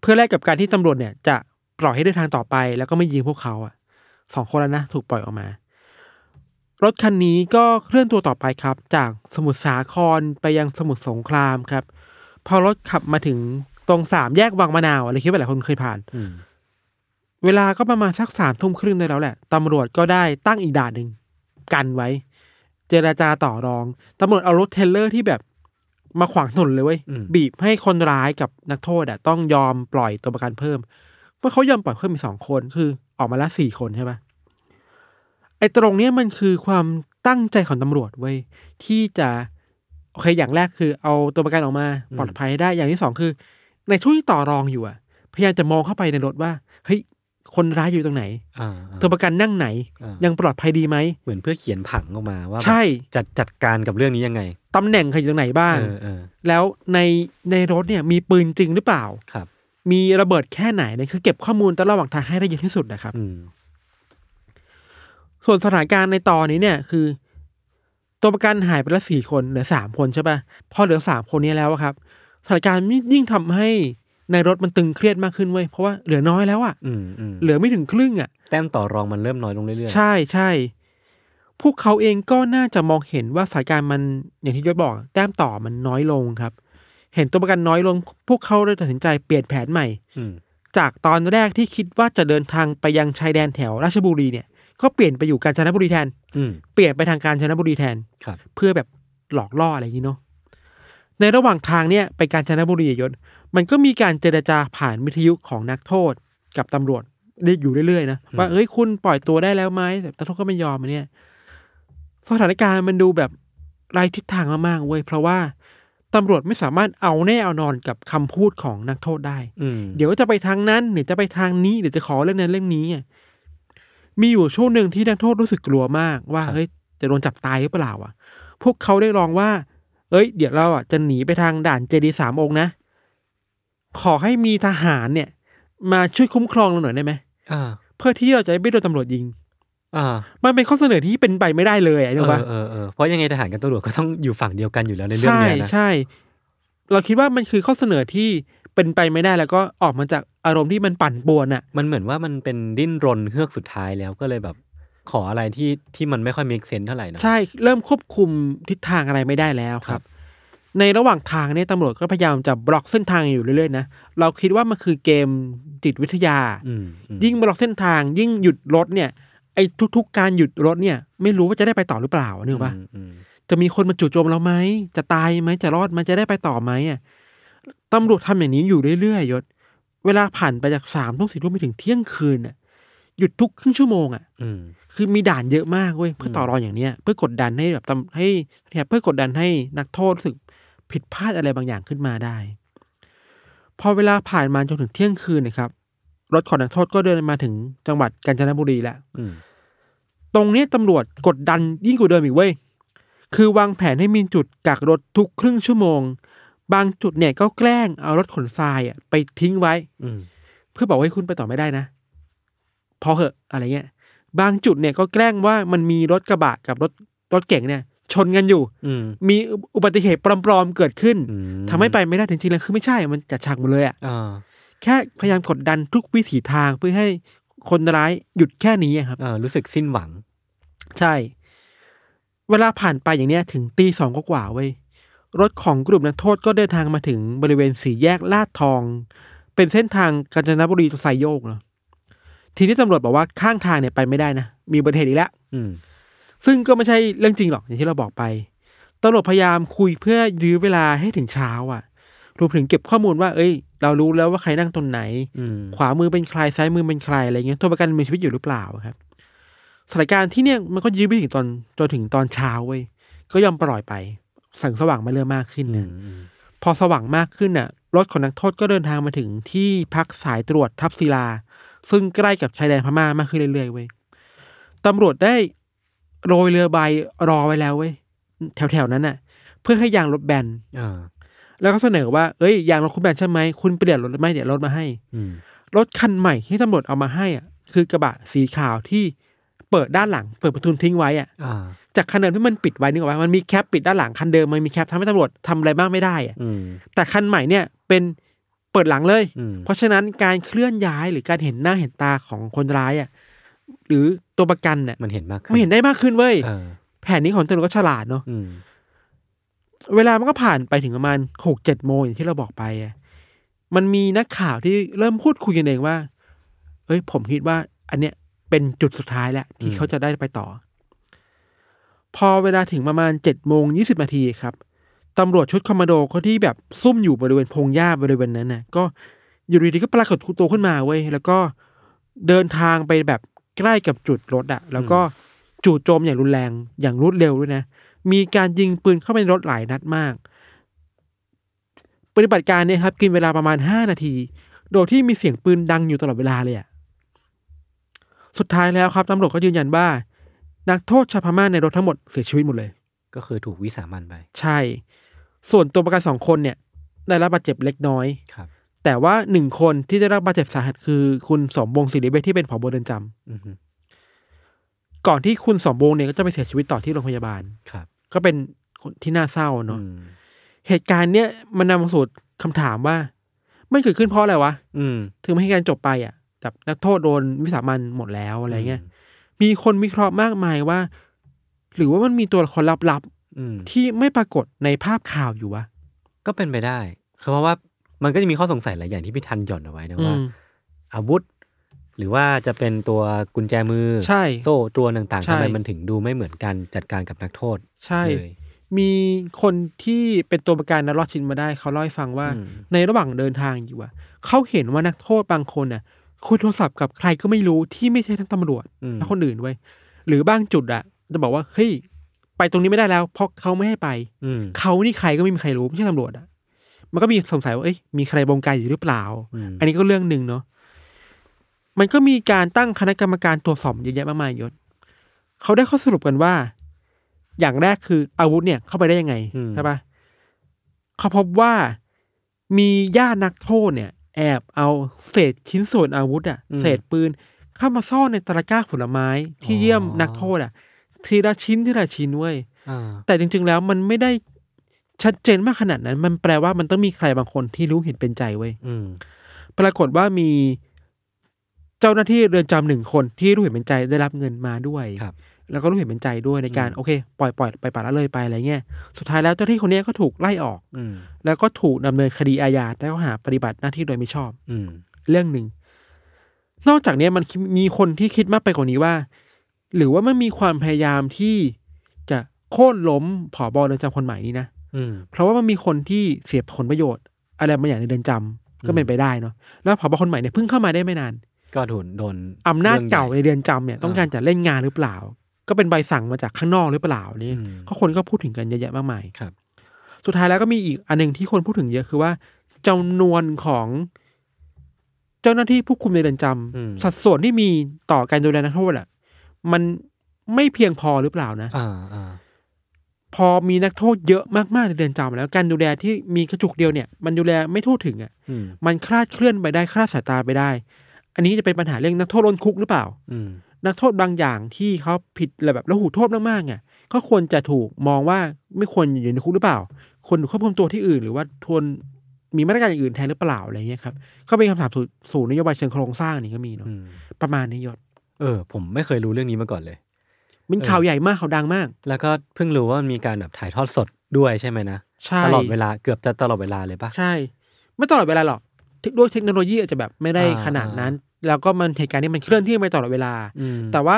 S3: เพื่อแลกกับการที่ตำรวจเนี่ยจะปล่อยให้เดินทางต่อไป แล้วก็ไม่ยิงพวกเขาอ่ะสองคนแล้วนะถูกปล่อยออกมา รถคันนี้ก็เคลื่อนตัวต่อไปครับ จากสมุทรสาครไปยังสมุทรสงครามครับ พอรถขับมาถึงตรงสามแยกวังมะนาวอะไรคิดว่าหลายคนเคยผ่าน
S2: อืม
S3: เวลาก็ประมาณสักสามทุ่มครึ่งได้แล้วแหละตำรวจก็ได้ตั้งอีกด่านหนึ่งกันไว้ เจราจาต่อรองตำรวจเอารถเทรลเลอร์ที่แบบมาขวางถนนเลยเว้ย
S2: อืม
S3: บีบให้คนร้ายกับนักโทษอะต้องยอมปล่อยตัวประกันเพิ่ม เมื่อเขายอมปล่อยเพิ่มอีกสองคนคือออกมาละสี่คนใช่ปะไอ ไอ้ตรงเนี้ยมันคือความตั้งใจของตำรวจเว้ยที่จะโอเคอย่างแรกคือ เอาตัวประกันออกมา
S2: อืม
S3: ปลอดภัยให้ได้อย่างที่สองคือ ในช่วงที่ต่อรองอยู่อะพยายามจะมองเข้าไปในรถว่าเฮ้ยคนร้ายอยู่ตรงไหน
S2: อ่า
S3: ตัวประกันนั่งไหน
S2: อ่า
S3: ยังปลอดภัยดีไหม
S2: เหมือนเพื่อเขียนผังออกมาว่าแบบ
S3: ใช่
S2: จัดจัดการกับเรื่องนี้ยังไง
S3: ตำแหน่งใครอยู่ตรงไหนบ้าง
S2: เออเออ
S3: แล้วในในรถเนี่ยมีปืนจริงหรือเปล่า
S2: ครับ
S3: มีระเบิดแค่ไหนเนี่ยคือเก็บข้อมูลตลอดระหว่างทางให้ได้เยอะที่สุดนะครับ
S2: อืม
S3: ส่วนสถานการณ์ในตอนนี้เนี่ยคือ ตัวประกันหายไปแล้วสี่คนเหลือสามคนใช่ปะพอเหลือสามคนนี้แล้วอะครับสถานการณ์ยิ่งทำให้ในรถมันตึงเครียดมากขึ้นเว้ยเพราะว่าเหลือน้อยแล้วอะ
S2: อืมอืม
S3: เหลือไม่ถึงครึ่งอะ
S2: แต้มต่อรองมันเริ่มน้อยลงเรื่อยๆ
S3: ใช่ใช่ พวกเขาเองก็น่าจะมองเห็นว่าสถานการณ์มันอย่างที่ยศบอกแต้มต่อมันน้อยลงครับ เห็นตัวประกันน้อยลง พวกเขาเลยตัดสินใจเปลี่ยนแผนใหม่
S2: อืม
S3: จากตอนแรกที่คิดว่าจะเดินทางไปยังชายแดนแถวราชบุรีเนี่ย ก็เปลี่ยนไปอยู่กาญจนบุรีแทน
S2: อืม
S3: เปลี่ยนไปทางกาญจนบุรีแทน
S2: ครับ
S3: เพื่อแบบหลอกล่ออะไรอย่างนี้เนาะ ในระหว่างทางเนี่ยไปการจนบุรีอะยศ มันก็มีการเจรจาผ่านวิทยุของนักโทษกับตำรวจได้อยู่เรื่อยๆนะ
S2: อืม
S3: ว่าเอ้ยคุณปล่อยตัวได้แล้วไหมแต่นักโทษก็ไม่ยอมอะเนี่ยสถานการณ์มันดูแบบไร้ทิศทางมากๆเว้ยเพราะว่าตำรวจไม่สามารถเอาแน่เอานอนกับคำพูดของนักโทษได้
S2: อืม
S3: เดี๋ยวจะไปทางนั้นหรือจะไปทางนี้หรือจะขอเรื่องนั้นเรื่องนี้อะมีอยู่ช่วงหนึ่งที่นักโทษรู้สึกกลัวมากว่าเฮ้ยจะโดนจับตายหรือเปล่าอ่ะ พวกเขาได้ลองว่า เอ้ย เดี๋ยวเราอ่ะจะหนีไปทางด่านเจดีย์สามองค์นะ ขอให้มีทหารเนี่ย มาช่วยคุ้มครองเราหน่อยได้ไหม
S2: อ่า
S3: เพื่อที่เราจะไม่โดนตำรวจยิง
S2: อ่า
S3: มันเป็นข้อเสนอที่เป็นไปไม่ได้เลยอะ
S2: เอ
S3: รู้
S2: อ
S3: ปะ
S2: เออเออเพราะยังไงทหารกับตำรวจก็ต้องอยู่ฝั่งเดียวกันอยู่แล้วในเรื่องเนี้ยนะ
S3: ใช่ใช่ เราคิดว่ามันคือข้อเสนอที่เป็นไปไม่ได้แล้วก็ออกมาจากอารมณ์ที่มันปั่นป่วนอ่ะ
S2: มันเหมือนว่ามันเป็นดิ้นรนเฮือกสุดท้ายแล้วก็เลยแบบ ขออะไรที่ที่มันไม่ค่อยมีเซนเท่าไหร่นะ
S3: ใช่เริ่มควบคุมทิศทางอะไรไม่ได้แล้วค
S2: ครั
S3: รับ บ ในระหว่างทางเนี่ยตำรวจก็พยายามจะบล็อกเส้นทางอยู่เรื่อยๆนะเราคิดว่ามันคือเกมจิตวิทยา
S2: อืมอืม
S3: ยิ่งบล็อกเส้นทาง ยิ่งหยุดรถเนี่ยไอ้ทุก ๆ การหยุดรถเนี่ย ไม่รู้ว่าจะได้ไปต่อหรือเปล่าเนี่ยปะ
S2: อืมอืม
S3: จะมีคนมาจู่โจมเราไหมจะตายไหมจะรอดไหมันจะได้ไปต่อไหมอ่ะตำรวจทำอย่างนี้อยู่เรื่อยๆยศเวลาผ่านไปจากสามทุ่มสี่ทุ่มไปถึงเที่ยงคืนอ่ะหยุดทุกครึ่งชั่วโมงอ่ะ
S2: อืม
S3: คือมีด่านเยอะมากเว้ยเพื่อต่อรองอย่างเนี้ยเพื่อกดดันให้แบบตำให้เนี่ยเพื่อกดดันให้นักโทษรู้สึกผิดพลาดอะไรบางอย่างขึ้นมาได้ พอเวลาผ่านมาจนถึงเที่ยงคืนนะครับ รถของนักโทษก็เดินมาถึงจังหวัดกาญจนบุรีแล้ว
S2: อืม
S3: ตรงเนี้ยตำรวจกดดันยิ่งกว่าเดิมอีกเว้ยคือวางแผนให้มีจุดกักรถทุกครึ่งชั่วโมง บางจุดเนี่ยก็แกล้งเอารถขนทรายอะไปทิ้งไว้
S2: อืม
S3: เพื่อบอกว่าให้คุณไปต่อไม่ได้นะ พอเหอะอะไรเงี้ย บางจุดเนี่ยก็แกล้งว่ามันมีรถกระบะกับรถรถเก๋งเนี่ย ชนกันอยู่
S2: อืม
S3: มีอุบัติเหตุปลอมๆเกิดขึ้น
S2: อืม
S3: ทำให้ไปไม่ได้จริงๆแล้วคือไม่ใช่มันจัดฉากหมดเลยอะ
S2: อ่า
S3: แค่พยายามกดดันทุกวิถีทางเพื่อให้คนร้ายหยุดแค่นี้อะครับ
S2: อ่ารู้สึกสิ้นหวัง
S3: ใช่ เวลาผ่านไปอย่างเนี้ยถึงตีสองกว่าๆเว้ยรถของกลุ่มนักโทษก็เดินทางมาถึงบริเวณสี่แยกลาดทอง เป็นเส้นทางกาญจนบุรีไซโยกเนาะทีนี้ตำรวจบอกว่าข้างทางเนี่ยไปไม่ได้นะ มีอุบัติเหตุอีกแล้ว
S2: อืม
S3: ซึ่งก็ไม่ใช่เรื่องจริงหรอกอย่างที่เราบอกไปตำรวจพยายามคุยเพื่อยื้อเวลาให้ถึงเช้าอะ่ะรวมถึงเก็บข้อมูลว่า เอ้ย เรารู้แล้วว่าใครนั่งตรงไหน
S2: อืม
S3: ขวามือเป็นใครซ้ายมือเป็นใครอะไรเงี้ยตัวประกันมีชีวิตอยู่หรือเปล่าครับสถานการณ์ที่เนี่ยมันก็ยื้อไปถึงตอนจนถึงตอนเช้าเว้ยก็ยอมปล่อยไปแสังสว่างมาเริ่มมากขึ้น
S2: อื
S3: นะ
S2: มอืม
S3: พอสว่างมากขึ้นน่ะ รถของนักโทษก็เดินทางมาถึงที่พักสายตรวจทับศิลา ซึ่งใกล้กับชายแดนพม่ามากขึ้นเรื่อยๆเว้ยตำรวจได้โรยเรือใบรอไว้แล้วเว้ยแถวๆนั้นน่ะ เพื่อให้ยางรถแบน
S2: อ่า
S3: แล้วก็เสนอว่าเอ้ยยางรถคุณแบนใช่ไหมคุณเปลี่ยนรถหรือไม่เดี๋ยวรถมาให้
S2: อืม
S3: รถคันใหม่ที่ตำรวจเอามาให้อ่ะคือกระบะสีขาวที่เปิดด้านหลัง เปิดประตูทิ้งไว้อ่ะ
S2: อ่า
S3: จากคันเดิมที่มันปิดไว้นึกออกว่ามันมีแคปปิดด้านหลังคันเดิมมันมีแคปทำให้ตำรวจทำอะไรบ้างไม่ได้อ่ะ
S2: อืม
S3: แต่คันใหม่เนี่ยเป็นเปิดหลังเลย
S2: อืม
S3: เพราะฉะนั้นการเคลื่อนย้ายหรือการเห็นหน้าเห็นตาของคนร้ายอ่ะหรือตัวประกันเนี่ย
S2: มันเห็นมากขึ้น
S3: ไม่เห็นได้มากขึ้นเว้ย
S2: เออ
S3: แผนนี้ของตำรวจก็ฉลาดเนาะ
S2: อืม
S3: เวลามันก็ผ่านไปถึงประมาณหกเจ็ดโมงอย่างที่เราบอกไปอ่ะมันมีนักข่าวที่เริ่มพูดคุยกันเองว่า เอ้ยผมคิดว่า อันเนี้ยเป็นจุดสุดท้ายแล้วที่เขาจะได้ไปต่อ พอเวลาถึงประมาณเจ็ดโมงยี่สิบนาทีครับตำรวจชุดคอมมานโดเขาที่แบบซุ่มอยู่บริเวณพงหญ้าบริเวณนั้นนะก็อยู่ดีๆก็ปรากฏตัวขึ้นมาเว้ยแล้วก็เดินทางไปแบบใกล้กับจุดรถอะแล้วก็ จู่โจมอย่างรุนแรงอย่างรวดเร็วด้วยนะ มีการยิงปืนเข้าไปในรถหลายนัดมาก ปฏิบัติการเนี่ยครับ กินเวลาประมาณห้านาที โดยที่มีเสียงปืนดังอยู่ตลอดเวลาเลยอะสุดท้ายแล้วครับตำรวจก็ยืนยันว่า นักโทษชาวพม่าในรถทั้งหมดเสียชีวิตหมดเลย
S2: ก็คือถูกวิสามันไป
S3: ใช่ ส่วนตัวประกันสองคนเนี่ย ได้รับบาดเจ็บเล็กน้อย
S2: ครับ
S3: แต่ว่าหนึ่งคนที่ได้รับบาดเจ็บสาหัสคือคุณสมบงศ์ศิริเวชที่เป็นผบเรือนจำ
S2: อือฮึ
S3: ก่อนที่คุณสมบงศ์เนี่ยก็จะไปเสียชีวิตต่อที่โรงพยาบาล
S2: ครับ
S3: ก็เป็นคนที่น่าเศร้าเนาะ
S2: อืม
S3: เหตุการณ์เนี่ยมันนำมาสู่คำถามว่า มันเกิดขึ้นเพราะอะไรวะ
S2: อืม
S3: ถึงไม่ให้การจบไปอ่ะแบบนักโทษโดนวิสามันหมดแล้วอะไรเงี้ยมีคนวิเคราะห์มากมายว่า หรือว่ามันมีตัวละครลับ
S2: อืม
S3: ๆที่ไม่ปรากฏในภาพข่าวอยู่วะ
S2: ก็เป็นไปได้คือเพราะว่ามันก็จะมีข้อสงสัยหลายอย่างที่พี่ทันหย่อนเอาไว้นะ
S3: อื
S2: ว่า
S3: ม
S2: อาวุธ หรือว่าจะเป็นตัวกุญแจมือ
S3: ใช่
S2: โซ่ตัวต่างๆ
S3: ใช่
S2: ทำไมมันถึงดูไม่เหมือนกันจัดการกับนักโทษ
S3: ใช่
S2: เลย
S3: มีคนที่เป็นตัวประกันนะรอดชินมาได้เขาเล่าให้ฟังว่า
S2: อืม
S3: ในระหว่างเดินทางอยู่อะเขาเห็นว่านักโทษบางคนน่ะ คุยโทรศัพท์กับใครก็ไม่รู้ที่ไม่ใช่ทั้งตำรวจ
S2: อืม
S3: และคนอื่นไว้ยหรือบางจุดอะจะบอกว่าเฮ้ยไปตรงนี้ไม่ได้แล้ว เพราะเขาไม่ให้ไป
S2: อืม
S3: เขานี่ใครก็ไม่มีใครรู้ไม่ใช่ตำรวจอะมันก็มีสงสัยว่าเอ้ยมีใครบงการอยู่หรือเปล่า
S2: อืม
S3: อันนี้ก็เรื่องหนึ่งเนาะมันก็มีการตั้งคณะกรรมการตรวจสอบเยอะแยะมากมายยศเขาได้ข้อสรุปกันว่า อย่างแรกคืออาวุธเนี่ยเข้าไปได้ยังไง
S2: อืม
S3: ใช่ปะเขาพบว่ามีญาตินักโทษเนี่ย แอบเอาเศษชิ้นส่วนอาวุธอะเศษปืน เข้ามาซ่อนในตะกร้าผลไม้ที่เยี่ยมนักโทษอะทีละชิ้นทีละชิ้นเว้ย
S2: อ่า
S3: แต่จริงๆ แล้วมันไม่ได้ชัดเจนมากขนาดนั้น มันแปลว่ามันต้องมีใครบางคนที่รู้เห็นเป็นใจไว้ย
S2: อืม
S3: ปรากฏว่ามีเจ้าหน้าที่เรือนจำหนึ่งคนที่รู้เห็นเป็นใจได้รับเงินมาด้วย
S2: ครับ
S3: แล้วก็รู้เห็นเป็นใจด้วยในการ
S2: อืม
S3: โอเค ปล่อยปล่อยไปป่าละเลยไปอะไรเงี้ย สุดท้ายแล้วเจ้าหน้าที่คนเนี้ยก็ถูกไล่ออก
S2: อืม
S3: แล้วก็ถูกดำเนินคดีอาญาและข้อหาปฏิบัติหน้าที่โดยมิชอบ
S2: อืม
S3: เรื่องหนึ่ง นอกจากเนี้ยมันคิดมีคนที่คิดมากไปกว่านี้ว่า หรือว่ามันมีความพยายามที่จะโค่นล้มผอบเรือนจำคนใหม่นี้นะ
S2: อืม
S3: เพราะว่ามันมีคนที่เสียผลประโยชน์ อะไรบางอย่างในเดือนจำก็เป็นไปได้เนาะแล้วผบคนใหม่เนี่ยเพิ่งเข้ามาได้ไม่นาน
S2: ก็โดนโดน
S3: อำนาจ
S2: รื่องใหญ่
S3: เก่าในเดือนจำเนี่ย
S2: อ่า
S3: ต้องการจะเล่นงานหรือเปล่า ก็เป็นใบสั่งมาจากข้างนอกหรือเปล่านี่
S2: อืม
S3: ก็คนก็พูดถึงกันเยอะแยะมากมาย
S2: ครับ
S3: สุดท้ายแล้วก็มีอีกอันหนึ่งที่คนพูดถึงเยอะคือว่าจำนวนของเจ้าหน้าที่ผู้คุมในเดือนจำ
S2: อืม
S3: สัดส่วนที่มีต่อการดูแลนักโทษอ่ะมันไม่เพียงพอหรือเปล่านะ
S2: อ่าอ่า
S3: พอมีนักโทษเยอะมากๆในเรือนจำแล้วการดูแลที่มีกระจุกเดียวเนี่ย มันดูแลไม่ทั่วถึงอ่ะ
S2: อืม
S3: มันคลาดเคลื่อนไปได้คลาดสายตาไปได้ อันนี้จะเป็นปัญหาเรื่องนักโทษล้นคุกหรือเปล่า
S2: อืม
S3: นักโทษบางอย่างที่เขาผิดแบบละหูโทษมากๆอ่ะก็ควรจะถูกมองว่าไม่ควรอยู่ในคุกหรือเปล่า ควรถูกควบคุมตัวที่อื่น หรือว่าทวนมีมาตรการอย่างอื่นแทนหรือเปล่าอะไรเงี้ยครับก็เป็นคำถามสู่สู่นโยบายเชิงโครงสร้างนี่ก็มีเนาะ
S2: อืม
S3: ประมาณนี้ยศ
S2: เออ ผมไม่เคยรู้เรื่องนี้มาก่อนเลย
S3: มันข่าวใหญ่มากข่าวดังมาก
S2: แล้วก็เพิ่งรู้ว่ามันมีการแบบถ่ายทอดสดด้วยใช่ไหมนะ
S3: ใช่
S2: ตลอดเวลาเกือบจะตลอดเวลาเลยปะ
S3: ใช่ ไม่ตลอดเวลาหรอกเทคด้วยเทคโนโลยีอาจจะแบบไม่ได้
S2: อ่า
S3: ขนาดนั้น แล้วก็มันเหตุการณ์นี้มันเคลื่อนที่ไปตลอดเวลา
S2: อืม
S3: แต่ว่า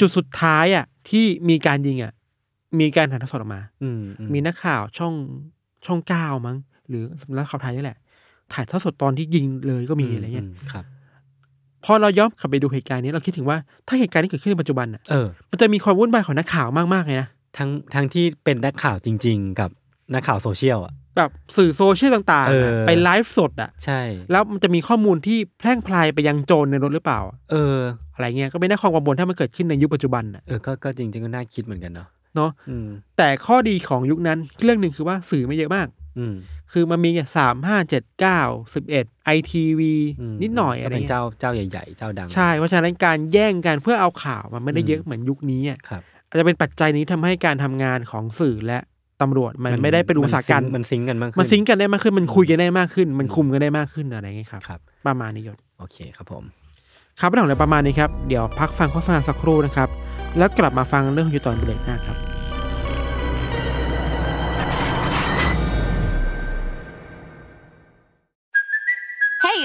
S3: จุดสุดท้ายอ่ะที่มีการยิงอ่ะมีการถ่ายทอดสดออกมา
S2: อืมอืม
S3: มีนักข่าวช่องช่องเก้ามั้ง หรือสำนักข่าวไทยนี่แหละ ถ่ายทอดสดตอนที่ยิงเลยก็มีอะไรเงี้ย
S2: มครับ
S3: พอเราย้อนกลับไปดูเหตุการณ์นี้เราคิดถึงว่าถ้าเหตุการณ์นี้เกิดขึ้นในปัจจุบันอ่ะ
S2: เออ
S3: มันจะมีความวุ่นวายของนักข่าวมากๆเลยนะ
S2: ทั้งทั้งที่เป็นนักข่าวจริง ๆ กับนักข่าวโซเชียลอ่ะ
S3: แบบสื่อโซเชียลต่างๆอะ
S2: เออ
S3: ไปไลฟ์สดอ่ะ
S2: ใช่
S3: แล้วมันจะมีข้อมูลที่แพร่งพลายไปยังโจรในรถหรือเปล่า
S2: เออ
S3: อะไรเงี้ยก็เป็นน่าความกังวลถ้ามันเกิดขึ้นในยุคปัจจุบันน่ะ
S2: เออ ก็ก็จริง ๆ ก็น่าคิดเหมือนกันเนาะ
S3: เนาะ
S2: อืม
S3: แต่ข้อดีของยุคนั้นเรื่องหนึ่งคือว่าสื่อไม่เยอะมาก
S2: อืม
S3: คือมันมีสามห้าเจ็ดเก้าสิบเอ็ดไอทีวี
S2: อืม
S3: นิดหน่อย
S2: ก็
S3: อะไร
S2: เป็น
S3: เงี้ย
S2: เจ้าเจ้าใหญ่ ๆ เจ้าดัง
S3: ใช่เพราะฉะนั้นการแย่งกันเพื่อเอาข่าวมันไม่ได้เยอะเหมือนยุคนี้อะ
S2: ครับ
S3: อาจจะเป็นปัจจัยนี้ทำให้การทำงานของสื่อและตำรวจมันไม่ได้เป็นอุปสรรคกัน
S2: มันซิงค์กันมากขึ้
S3: มันซิงค์กันได้มากขึ้นมันคุยกันได้มากขึ้น มันคุมกันได้มากขึ้นอะไรเงี้ยครับ
S2: ครับ
S3: ประมาณนี้ยศ
S2: โอเคครับผม
S3: ครับเรื่องของเราประมาณนี้ครับ เดี๋ยวพักฟังโฆษณาสักครู่นะครับ แล้วกลับมาฟังเรื่องของยูตอนเบรกหน้าครับ
S4: Hey,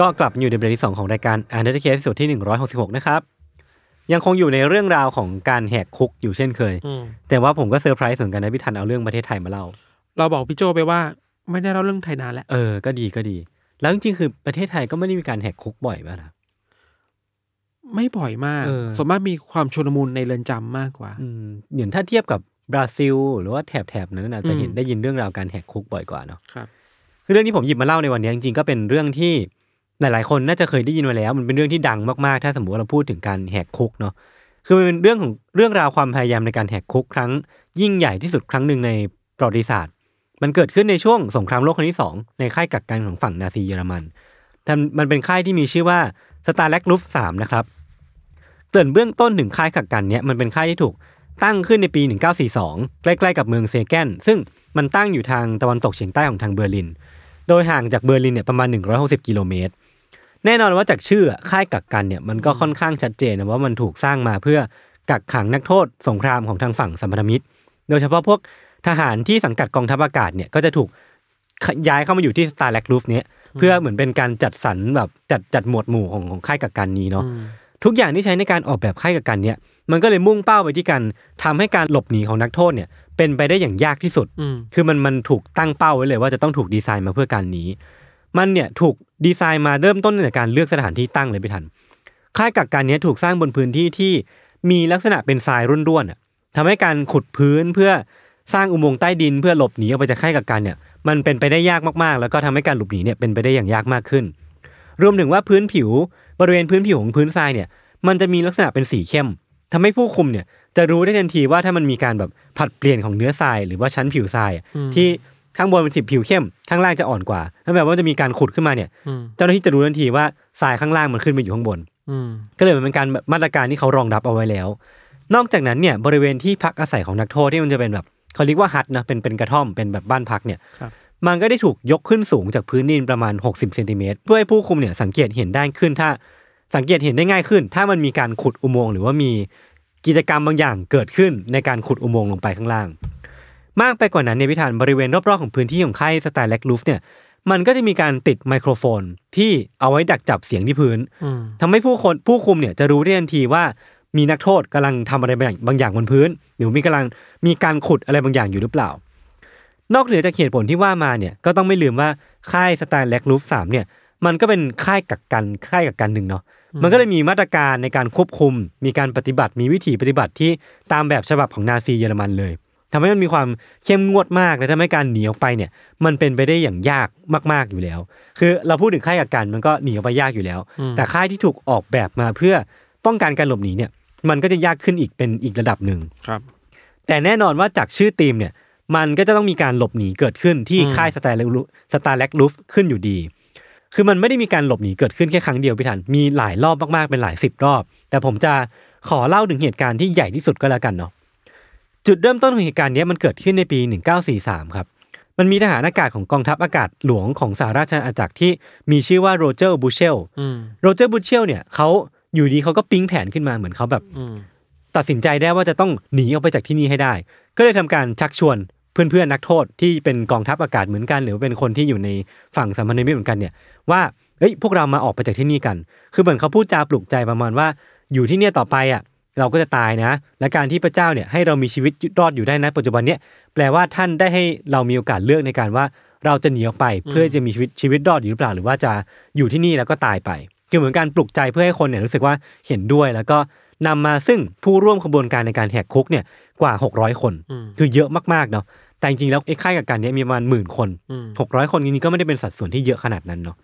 S2: ก็กลับมาอยู่ในประเด็นที่ 2 ของรายการอันเดอร์เคสสุดที่ 166 นะครับ ยังคงอยู่ในเรื่องราวของการแหกคุกอยู่เช่นเคย
S3: อืม
S2: แต่ว่าผมก็เซอร์ไพรส์เหมือนกันนะพี่ทันเอาเรื่องประเทศไทยมาเล่า
S3: เราบอกพี่โจไปว่าไม่ได้เล่าเรื่องไทยนานแล้ว
S2: เออ ก็ดีก็ดี แล้วจริงๆ คือประเทศไทยก็ไม่ได้มีการแหกคุกบ่อยป่ะนะ
S3: ไม่บ่อยมาก
S2: เออ
S3: ส่วนมากมีความชุลมุนในเรือนจำมากกว่า
S2: อืมอย่างถ้าเทียบกับบราซิล หรือว่าแถบแถบนั้นอาจจะเห็น
S3: อืม
S2: ได้ยินเรื่องราวการแหกคุกบ่อยกว่าเนาะ
S3: ครับ
S2: คือเรื่องที่ผมหยิบมาเล่าในวันนี้จริงๆก็เป็นเรื่องที่หลายๆ คนน่าจะเคยได้ยินมาแล้ว มันเป็นเรื่องที่ดังมากๆ ถ้าสมมติว่าเราพูดถึงการแหกคุกเนาะคือมันเป็นเรื่องของเรื่องราวความพยายามในการแหกคุกครั้ง ยิ่งใหญ่ที่สุดครั้งหนึ่งในประวัติศาสตร์ มันเกิดขึ้นในช่วงสงครามโลกครั้งที่สองในค่ายกักกันของฝั่งนาซีเยอรมันแต่มันเป็นค่ายที่มีชื่อว่าสตาร์แลกลุฟสามนะครับ เกริ่นเบื้องต้นถึงค่ายกักกันเนี่ยมันเป็นค่ายที่ถูกตั้งขึ้นในปี 1942 ใกล้ๆกับเมืองเซแกนซึ่งมันตั้งอยู่ทางตะวันตกเฉียงใต้ของทางเบอร์ลิน โดยห่างจากเบอร์ลินเนี่ยประมาณ 160 กิโลเมตร แน่นอนว่าจากชื่ออะค่ายกักกันเนี่ยมันก็ค่อนข้างชัดเจนนะว่ามันถูกสร้างมาเพื่อกักขังนักโทษสงครามของทางฝั่งสัมพันธมิตร โดยเฉพาะพวกทหารที่สังกัดกองทัพอากาศเนี่ยก็จะถูกย้ายเข้ามาอยู่ที่สตาร์แลกรูฟเนี่ยเพื่อเหมือนเป็นการจัดสรรแบบจัดจัดหมวดหมู่ของของค่ายกักกันนี้เนาะ ทุกอย่างที่ใช้ในการออกแบบค่ายกักกันเนี่ยมันก็เลยมุ่งเป้าไปที่การทำให้การหลบหนีของนักโทษเนี่ยเป็นไปได้อย่างยากที่สุด
S3: อืม
S2: คือมันมันถูกตั้งเป้าไว้เลยว่าจะต้องถูกดีไซน์มาเพื่อการนี้ มันเนี่ยถูกดีไซน์มาเริ่มต้นตั้งแต่การเลือกสถานที่ตั้งเลยพี่ทัน ค่ายกักกันเนี้ยถูกสร้างบนพื้นที่ที่มีลักษณะเป็นทรายร่วนๆอะทำให้การขุดพื้นเพื่อสร้างอุโมงค์ใต้ดินเพื่อหลบหนีออกไปจากค่ายกักกันเนี่ยมันเป็นไปได้ยากมากๆ แล้วก็ทำให้การหลบหนีเนี่ยเป็นไปได้อย่างยากมากขึ้น รวมถึงว่าพื้นผิวบริเวณพื้นผิวของพื้นทรายเนี่ยมันจะมีลักษณะเป็นสีเข้มทำให้ผู้คุมเนี่ยจะรู้ได้ทันทีว่าถ้ามันมีการแบบผลัดเปลี่ยนของเนื้อทราย หรือว่าชั้นผิวทรายอะที่ข้างบนเป็นสีผิวเข้มข้างล่างจะอ่อนกว่านั่นแปลว่ามันจะมีการขุดขึ้นมาเนี่ย
S3: อืม
S2: เจ้าหน้าที่จะรู้ทันทีว่าทรายข้างล่างมันขึ้นมาอยู่ข้างบน
S3: อืม
S2: ก็เลยเป็นการแบบมาตรการที่เขารองรับเอาไว้แล้ว นอกจากนั้นเนี่ยบริเวณที่พักอาศัยของนักโทษที่มันจะเป็นแบบเขาเรียกว่าฮัทนะเป็นเป็นกระท่อมเป็นแบบบ้านพักเนี่ย
S3: ครับ
S2: มันก็ได้ถูกยกขึ้นสูงจากพื้นดินประมาณ 60เซนติเมตรเพื่อให้ผู้คุมเนี่ยสังเกตเห็นได้ขึ้นถ้าสังเกตเห็นได้ง่ายขึ้น ถ้ามันมีการขุดอุโมงค์หรือว่ามีกิจกรรมบางอย่างเกิดขึ้นในการขุดอุโมงค์ลงไปข้างล่าง มากไปกว่านั้นเนี่ยพิธานบริเวณรอบๆของพื้นที่ของค่ายสไตล์แลกลูฟเนี่ยมันก็จะมีการติดไมโครโฟนที่เอาไว้ดักจับเสียงที่พื้น
S3: อืม
S2: ทำให้ผู้คนผู้คุมเนี่ยจะรู้ได้ทันทีว่ามีนักโทษกำลังทำอะไรบางอย่างบางอย่างบนพื้น หรือมีกำลังมีการขุดอะไรบางอย่างอยู่หรือเปล่า นอกเหนือจากเหตุผลที่ว่ามาเนี่ยก็ต้องไม่ลืมว่าค่ายสแตนแลกรูฟสามเนี่ยมันก็เป็นค่ายกักกันค่ายกักกันหนึ่งเนาะมันก็เลยมีมาตรการในการควบคุม มีการปฏิบัติมีวิธีปฏิบัติที่ตามแบบฉบับของนาซีเยอรมันเลยทำให้มันมีความเข้มงวดมากและทำให้การหนีออกไปเนี่ยมันเป็นไปได้อย่างยากมาก ๆอยู่แล้ว คือเราพูดถึงค่ายกักกันมันก็หนีออกไปยากอยู่แล้ว แต่ค่ายที่ถูกออกแบบมาเพื่อป้องกันการหลบหนีเนี่ยมันก็จะยากขึ้นอีกเป็นอีกระดับหนึ่ง
S3: ครับ
S2: แต่แน่นอนว่าจากชื่อทีมเนี่ยมันก็จะต้องมีการหลบหนีเกิดขึ้นที่ค่ายสตาร์แลกสตาร์แลกลูฟขึ้นอยู่ดี คือมันไม่ได้มีการหลบหนีเกิดขึ้นแค่ครั้งเดียวพี่ทันมีหลายรอบมากๆเป็นหลายสิบรอบ แต่ผมจะขอเล่าถึงเหตุการณ์ที่ใหญ่ที่สุดก็แล้วกันเนาะจุดเริ่มต้นของเหตุการณ์เนี้ยมันเกิดขึ้นในปี 1943 ครับ มันมีทหารอากาศของกองทัพอากาศหลวงของสหราชอาณาจักรที่มีชื่อว่าโรเจอร์บูเชล
S3: อืม
S2: โรเจอร์บูเชลเนี่ยเขาอยู่ดีเขาก็ปิ๊งแผนขึ้นมาเหมือนเขาแบบ
S3: อืม
S2: ตัดสินใจได้ว่าจะต้องหนีออกไปจากที่นี่ให้ได้ ก็เลยทำการชักชวนเพื่อนๆนักโทษที่เป็นกองทัพอากาศเหมือนกัน หรือว่าเป็นคนที่อยู่ในฝั่งสัมพันธมิตรเหมือนกันเนี่ยว่าเอ้ยพวกเรามาออกไปจากที่นี่กัน คือเหมือนเขาพูดจาปลุกใจประมาณว่า อยู่ที่เนี่ยต่อไปอ่ะเราก็จะตายนะ และการที่พระเจ้าเนี่ยให้เรามีชีวิตรอดอยู่ได้นะปัจจุบันเนี่ยแปลว่าท่านได้ให้เรามีโอกาสเลือกในการว่าเราจะหนีออกไปเพื่อจะมีชีวิตชีวิตรอดอยู่หรือเปล่า หรือว่าจะอยู่ที่นี่แล้วก็ตายไป คือเหมือนการปลุกใจเพื่อให้คนเนี่ยรู้สึกว่าเห็นด้วย แล้วก็นำมาซึ่งผู้ร่วมขบวนการในการแหกคุกเนี่ยกว่า 600 คน คือเยอะมากๆเนาะแต่จริงๆแล้วไอ้ค่ายกักกันเนี่ยมีประมาณหมื่นคนหกร้อยคนจริงๆก็ไม่ได้เป็นสัดส่วนที่เยอะขนาดนั้นเนาะ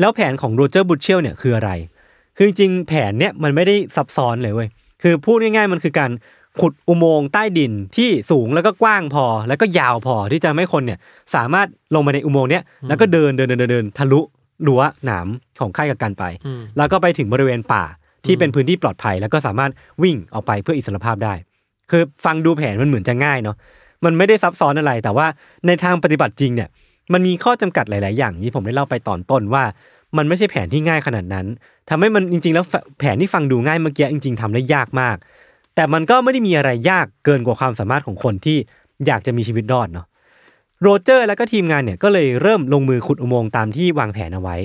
S2: แล้วแผนของโรเจอร์บูเชลเนี่ยคืออะไร คือจริงๆแผนเนี่ยมันไม่ได้ซับซ้อนเลยเว้ย คือพูดง่ายๆมันคือการขุดอุโมงค์ใต้ดินที่สูงแล้วก็กว้างพอ แล้วก็ยาวพอที่จะทำให้คนเนี่ยสามารถลงมาในอุโมงค์เนี้ยแล้วก็เดินเดินเดินเดินเดินทะลุรั้วหนามของค่ายกักกันไป แล้วก็ไปถึงบริเวณป่าที่เป็นพื้นที่ปลอดภัย แล้วก็สามารถวิ่งออกไปเพื่ออิสรภาพได้ คือฟังดูแผนมันเหมือนจะง่ายเนาะ มันไม่ได้ซับซ้อนอะไรแต่ว่าในทางปฏิบัติจริงเนี่ย มันมีข้อจำกัดหลาย ๆ อย่างที่ผมได้เล่าไปตอนต้นว่า มันไม่ใช่แผนที่ง่ายขนาดนั้นทำให้มันจริง ๆ แล้วแผแผนที่ฟังดูง่ายเมื่อกี้จริง ๆทำได้ยากมาก แต่มันก็ไม่ได้มีอะไรยากเกินกว่าความสามารถของคนที่อยากจะมีชีวิตรอดเนาะโรเจอร์และก็ทีมงานเนี่ยก็เลยเริ่มลงมือขุดอุโมงค์ตามที่วางแผนเอาไว้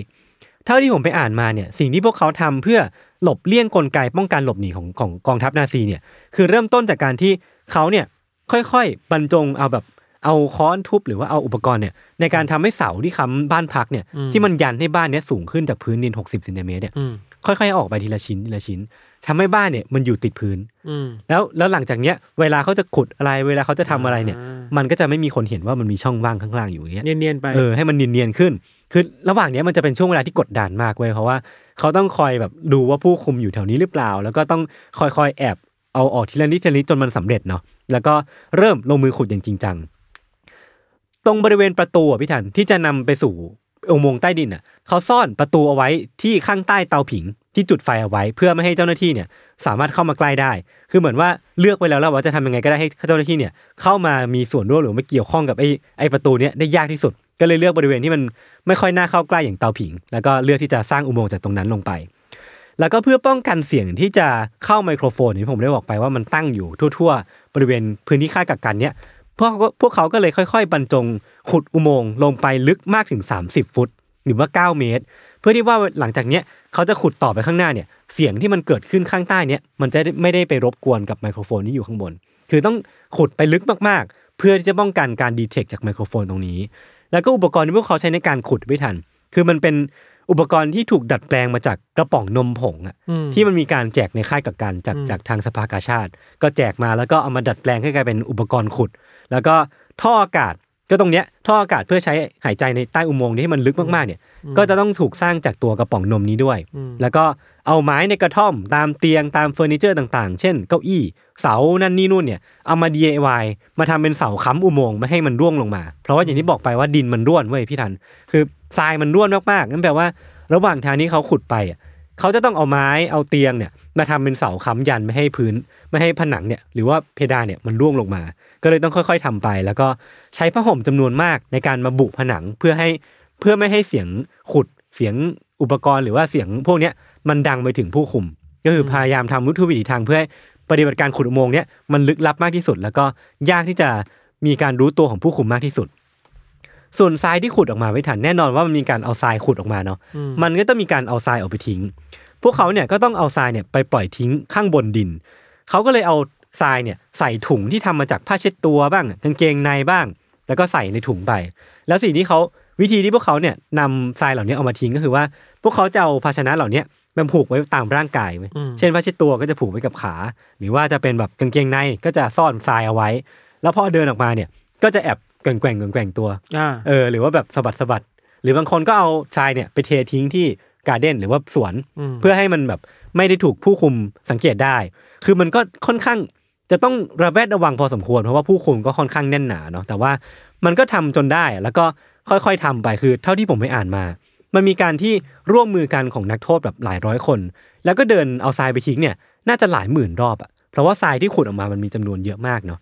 S2: เท่าที่ผมไปอ่านมาเนี่ยสิ่งที่พวกเขาทำเพื่อหลบเลี่ยงกลไกป้องกันหลบหนีของของกองทัพนาซีเนี่ยคือเริ่มต้นจากการที่เขาเนี่ยค่อยๆบรรจงเอาแบบเอาค้อนทุบหรือว่าเอาอุปกรณ์เนี่ยในการทำให้เสาที่ค้ำบ้านพักเนี่ยที่มันยันให้บ้านเนี้ยสูงขึ้นจากพื้นดิน 60เซนติเมตรเนี่ย
S3: อืม
S2: ค่อยๆเอาออกไปทีละชิ้นทีละชิ้นทำให้บ้านเนี่ยมันอยู่ติดพื้น
S3: อืม
S2: แล้วแล้วหลังจากเนี้ยเวลาเขาจะขุดอะไรเวลาเขาจะทำอะไรเนี่ย
S3: อ่ามั
S2: มันก็จะไม่มีคนเห็นว่ามันมีช่องว่างข้างล่างอยู่อย่างเงี้ย
S3: เนียนๆไป
S2: เออให้มันเนียนๆขึ้น คือระหว่างเนี้ยมันจะเป็นช่วงเวลาที่กดดันมากเว้ยเพราะว่าเขาต้องคอยแบบดูว่าผู้คุมอยู่แถวนี้หรือเปล่า แล้วก็ต้องคอยๆแอบเอาออกทีละนิดทีละนิดจนมันสำเร็จเนาะแล้วก็เริ่มลงมือขุดอย่างจริงจังตรงบริเวณประตูอ่ะพี่ทันที่จะนำไปสู่อุโมงค์ใต้ดินอ่ะเขาซ่อนประตูเอาไว้ที่ข้างใต้เตาผิงที่จุดไฟเอาไว้ เพื่อไม่ให้เจ้าหน้าที่เนี่ยสามารถเข้ามาใกล้ได้ คือเหมือนว่าเลือกไว้แล้วแล้วว่าจะทำยังไงก็ได้ให้เจ้าหน้าที่เนี่ยเข้ามามีส่วนร่วมหรือมาเกี่ยวข้องกับไอ้ไอ้ประตูเนี้ยได้ยากที่สุด ก็เลยเลือกบริเวณที่มันไม่ค่อยน่าเข้าใกล้อย่างเตาผิง แล้วก็เลือกที่จะสร้างอุโมงค์จากตรงนั้นลงไป แล้วก็เพื่อป้องกันเสียงที่จะเข้าไมโครโฟนที่ผมได้บอกไปว่ามันตั้งอยู่ทั่ว ๆ บริเวณพื้นที่ค่ายกักกันเนี้ยพวกพวกเขาก็เลยค่อย ๆ บรรจงขุดอุโมงค์ลงไปลึกมากถึง 30 ฟุต หรือว่า 9 เมตร เพื่อที่ว่าหลังจากเนี้ยเขาจะขุดต่อไปข้างหน้าเนี่ยเสียงที่มันเกิดขึ้นข้างใต้เนี้ยมันจะได้ไม่ได้ไปรบกวนกับไมโครโฟนที่อยู่ข้างบน คือต้องขุดไปลึกมากๆ เพื่อที่จะป้องกันการดีเทคจากไมโครโฟนตรงนี้ แล้วก็อุปกรณ์ที่พวกเขาใช้ในการขุดไม่ทัน คือมันเป็นอุปกรณ์ที่ถูกดัดแปลงมาจากกระป๋องนมผงอะ
S3: อืม
S2: ที่มันมีการแจกในค่ายกักกันจากจากทางสภากาชาติ ก็แจกมาแล้วก็เอามาดัดแปลงให้กลายเป็นอุปกรณ์ขุด แล้วก็ท่ออากาศก็ตรงเนี้ยท่ออากาศเพื่อใช้หายใจในใต้อุโมงค์นี้ให้มันลึกมากๆเนี่ย ก็จะต้องถูกสร้างจากตัวกระป๋องนมนี้ด้วย แล้วก็เอาไม้ในกระท่อมตามเตียงตามเฟอร์นิเจอร์ต่างๆ เช่น เก้าอี้เสานั่นนี่นู่นเนี่ยเอามา DIY มาทำเป็นเสาค้ำอุโมงค์ไม่ให้มันร่วงลงมา เพราะว่าอย่างที่บอกไปว่าดินมันร่วนเว้ยพี่ทัน คือทรายมันร่วนมากๆนั่นแปลว่า ระหว่างทางนี้เขาขุดไปอ่ะเขาจะต้องเอาไม้เอาเตียงเนี่ยมาทำเป็นเสาค้ำยันไม่ให้พื้น ไม่ให้ผนังเนี่ยหรือว่าเพดานเนี่ยมันร่วงลงมา ก็เลยต้องค่อย ๆทำไป แล้วก็ใช้ผ้าห่มจำนวนมากในการมาบุผนังเพื่อให้ เพื่อไม่ให้เสียงขุดเสียงอุปกรณ์หรือว่าเสียงพวกเนี้ยมันดังไปถึงผู้คุม ก็คือพยายามทำยุทธวิธีทางเพื่อให้ปฏิบัติการขุดอุโมงค์เนี้ยมันลึกลับมากที่สุด แล้วก็ยากที่จะมีการรู้ตัวของผู้คุมมากที่สุด ส่วนทรายที่ขุดออกมาไม่ทันแน่นอนว่ามันมีการเอาทรายขุดออกมาเนาะมันก็ต้องมีการเอาทรายออกไปทิ้ง พวกเขาเนี่ยก็ต้องเอาทรายเนี่ยไปปล่อยทิ้งข้างบนดิน เขาก็เลยเอาทรายเนี่ยใส่ถุงที่ทำมาจากผ้าเช็ดตัวบ้างกางเกงในบ้าง แล้วก็ใส่ในถุงไป แล้วสิ่งที่เขาวิธีที่พวกเขาเนี่ยนำทรายเหล่านี้เอามาทิ้งก็คือว่า พวกเขาจะเอาภาชนะเหล่านี้มันผูกไว้ตามร่างกายไว้ยเช่นผ้าเช็ดตัวก็จะผูกไว้กับขา หรือว่าจะเป็นแบบกางเกงในก็จะซ่อนทรายเอาไว้ แล้วพอเดินออกมาเนี่ยก็จะแอบแกว่งแกว่งๆแกว่งๆตัว
S3: อ่า
S2: เออหรือว่าแบบสะบัดสะบัดหรือบางคนก็เอาทรายเนี่ยไปเททิ้งที่การ์เด้นหรือว่าสวน
S3: อืม
S2: เพื่อให้มันแบบไม่ได้ถูกผู้คุมสังเกตได้ คือมันก็ค่อนข้างจะต้องระแวดระวังพอสมควรเพราะว่าผู้คุมก็ค่อนข้างแน่นหนาเนาะแต่ว่ามันก็ทำจนได้แล้วก็ค่อยๆทำไปคือเท่าที่ผมไปอ่านมา มันมีการที่ร่วมมือกันของนักโทษแบบหลายร้อยคน แล้วก็เดินเอาทรายไปทิ้งเนี่ยน่าจะหลายหมื่นรอบอะเพราะว่าทรายที่ขุดออกมามันมีจำนวนเยอะมากเนาะ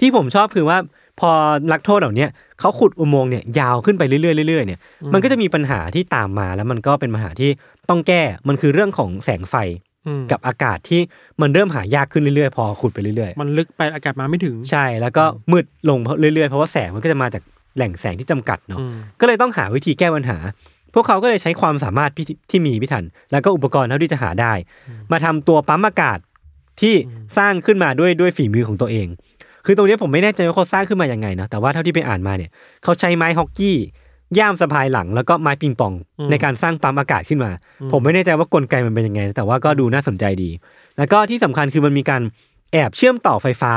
S2: ที่ผมชอบคือว่าพอนักโทษเหล่าเนี้ยเขาขุดอุโมงค์เนี่ยยาวขึ้นไปเรื่อยๆเรื่อยๆเนี่ยมันก็จะมีปัญหาที่ตามมาแล้วมันก็เป็นปัญหาที่ต้องแก้มันคือเรื่องของแสงไฟ
S3: อืม
S2: กับอากาศที่มันเริ่มหายากขึ้นเรื่อยๆ พอขุดไปเรื่อย
S3: มันลึกไปอากาศมาไม่ถึง
S2: ๆ ใช่แล้วก็มืดลงเรื่อยๆ เพราะว่าแสงมันก็จะมาจากแหล่งแสงที่จำกัดเนาะ
S3: อืม
S2: ก็เลยต้องหาวิธีแก้ปัญหา พวกเขาก็เลยใช้ความสามารถพิธีที่มีพิถัน แล้วก็อุปกรณ์เท่าที่จะหาได้ มาทำตัวปั๊มอากาศที่สร้างขึ้นมาด้วยด้วยฝีมือของตัวเอง คือตรงเนี้ยผมไม่แน่ใจว่าเขาสร้างขึ้นมาอย่างไงนะแต่ว่าเท่าที่ไปอ่านมาเนี่ยเขาใช้ไม้ฮอกกี้ ย่ามสะพายหลังแล้วก็ไม้ปิงปอง ในการสร้างปั๊มอากาศขึ้นมา ผมไม่แน่ใจว่ากลไกมันเป็นยังไงนะแต่ว่าก็ดูน่าสนใจดี แล้วก็ที่สำคัญคือมันมีการแอบเชื่อมต่อไฟฟ้า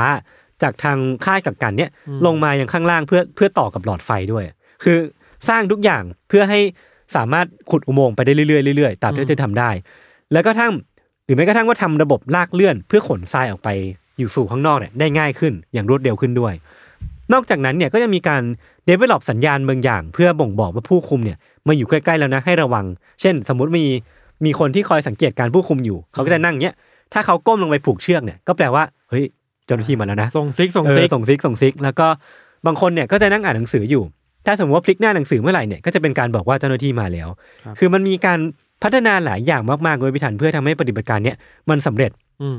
S2: จากทางค่ายกักกันเนี่ยลงมายังข้างล่างเพื่อเพื่อต่อกับหลอดไฟด้วย คือสร้างทุกอย่างเพื่อให้สามารถขุดอุโมงค์ไปได้เรื่อยๆเรื่อยๆตามที่จะทำได้ แล้วก็ทั้งหรือแม้กระทั่งว่าทำระบบลากเลื่อน เพื่อขนทรายออกไปอยู่สู่ข้างนอกเนี่ยได้ง่ายขึ้นอย่างรวดเร็วขึ้นด้วย นอกจากนั้นเนี่ยก็จะมีการ develop สัญญาณบางอย่าง เพื่อบ่งบอกว่าผู้คุมเนี่ยมาอยู่ใกล้ๆแล้วนะให้ระวัง เช่น สมมติมีมีคนที่คอยสังเกตการผู้คุมอยู่ เขาก็จะนั่งเนี้ยถ้าเขาก้มลงไปผูกเชือกเนี่ยก็แปลว่าเฮ้ยเจ้าหน้าที่มาแล้วนะ
S3: ส่งซิกส่ง
S2: เออ
S3: ซิก
S2: ส่งซิกส่งซิก แล้วก็บางคนเนี่ยก็จะนั่งอ่านหนังสืออยู่ ถ้าสมมติว่าพลิกหน้าหนังสือเมื่อไหร่เนี่ยก็จะเป็นการบอกว่าเจ้าหน้าที่มาแล้ว
S3: ครับ
S2: คือมันมีการพัฒนาหลายอย่างมากๆเลยพิถันเพื่อทำให้ปฏิบัติการเนี่ยมันสำเร็จ
S3: อืม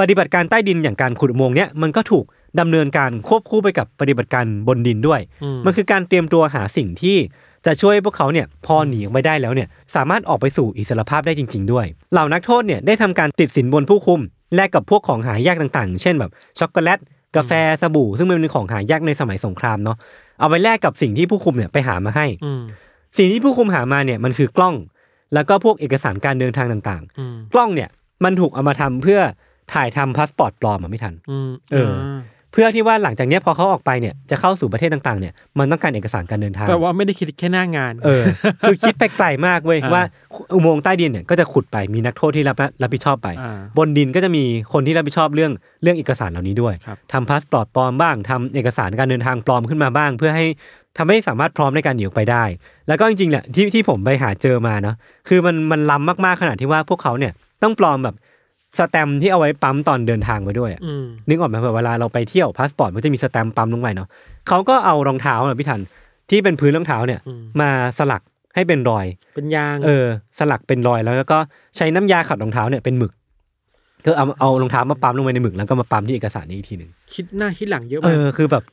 S2: ปฏิบัติการใต้ดินอย่างการขุดอุโมงค์เนี่ยมันก็ถูกดำเนินการควบคู่ไปกับปฏิบัติการบนดินด้วย
S3: อืม
S2: มันคือการเตรียมตัวหาสิ่งที่จะช่วยพวกเขาเนี่ยพอหนีออกไปได้แล้วเนี่ยสามารถออกไปสู่อิสรภาพได้จริง ๆ ด้วย เหล่านักโทษเนี่ยได้ทำการติดสินบนผู้คุม แลกกับพวกของหายากต่างๆ เช่นแบบช็อกโกแลตกาแฟสบู่ซึ่งมันเป็นของหายากในสมัยสงครามเนาะเอาไปแลกกับสิ่งที่ผู้คุมเนี่ยไปหามาให้
S3: อืม
S2: สิ่งที่ผู้คุมหามาเนี่ยมันคือกล้อง แล้วก็พวกเอกสารการเดินทางต่างๆ
S3: อืม
S2: กล้องเนี่ยมันถูกเอามาทำเพื่อถ่ายทำพาสปอร์ตปลอมอะไม่ทัน
S3: อืม
S2: เออ เพื่อที่ว่าหลังจากเนี้ยพอเขาออกไปเนี่ยจะเข้าสู่ประเทศต่างๆเนี่ยมันต้องการเอกสารการเดินทาง
S3: แปลว่าไม่ได้คิดแค่หน้างาน
S2: เออคือคิดไปไกลมากเว้ย
S3: อ่า
S2: ว่าอุโมงค์ใต้ดินเนี่ยก็จะขุดไปมีนักโทษที่รับรับผิดชอบไป
S3: อ่า
S2: บนดินก็จะมีคนที่รับผิดชอบเรื่องเรื่องเอกสารเหล่านี้ด้วย
S3: ครับ
S2: ทำพาสปอร์ตปลอมบ้างทำเอกสารการเดินทางปลอมขึ้นมาบ้าง เพื่อให้ทำให้สามารถพร้อมในการหนีออกไปได้ แล้วก็จริงๆแหละที่ที่ผมไปหาเจอมาเนาะคือมันมันล้ำมากๆขนาดที่ว่าพวกเขาเนี่ยต้องปลอมแบบสแตมป์ที่เอาไว้ปั๊มตอนเดินทางไปด้วยอะ
S3: อืม
S2: นึกออกไหมแบบเวลาเราไปเที่ยวพาสปอร์ตมันจะมีสแตมป์ปั๊มลงไปเนาะเขาก็เอารองเท้าน่ะพี่ทันที่เป็นพื้นรองเท้าเนี่ย
S3: อืม
S2: มาสลักให้เป็นรอย
S3: เป็นยาง
S2: เออ สลักเป็นรอยแล้วก็ใช้น้ำยาขัดรองเท้าเนี่ยเป็นหมึกก็เอาเอารองเท้ามาปั๊มลงไปในหมึกแล้วก็มาปั๊มที่เอกสารนี้อีกทีหนึ่ง
S3: คิดหน้าคิดหลังเยอะ
S2: เอ
S3: มาก
S2: อคือแบบ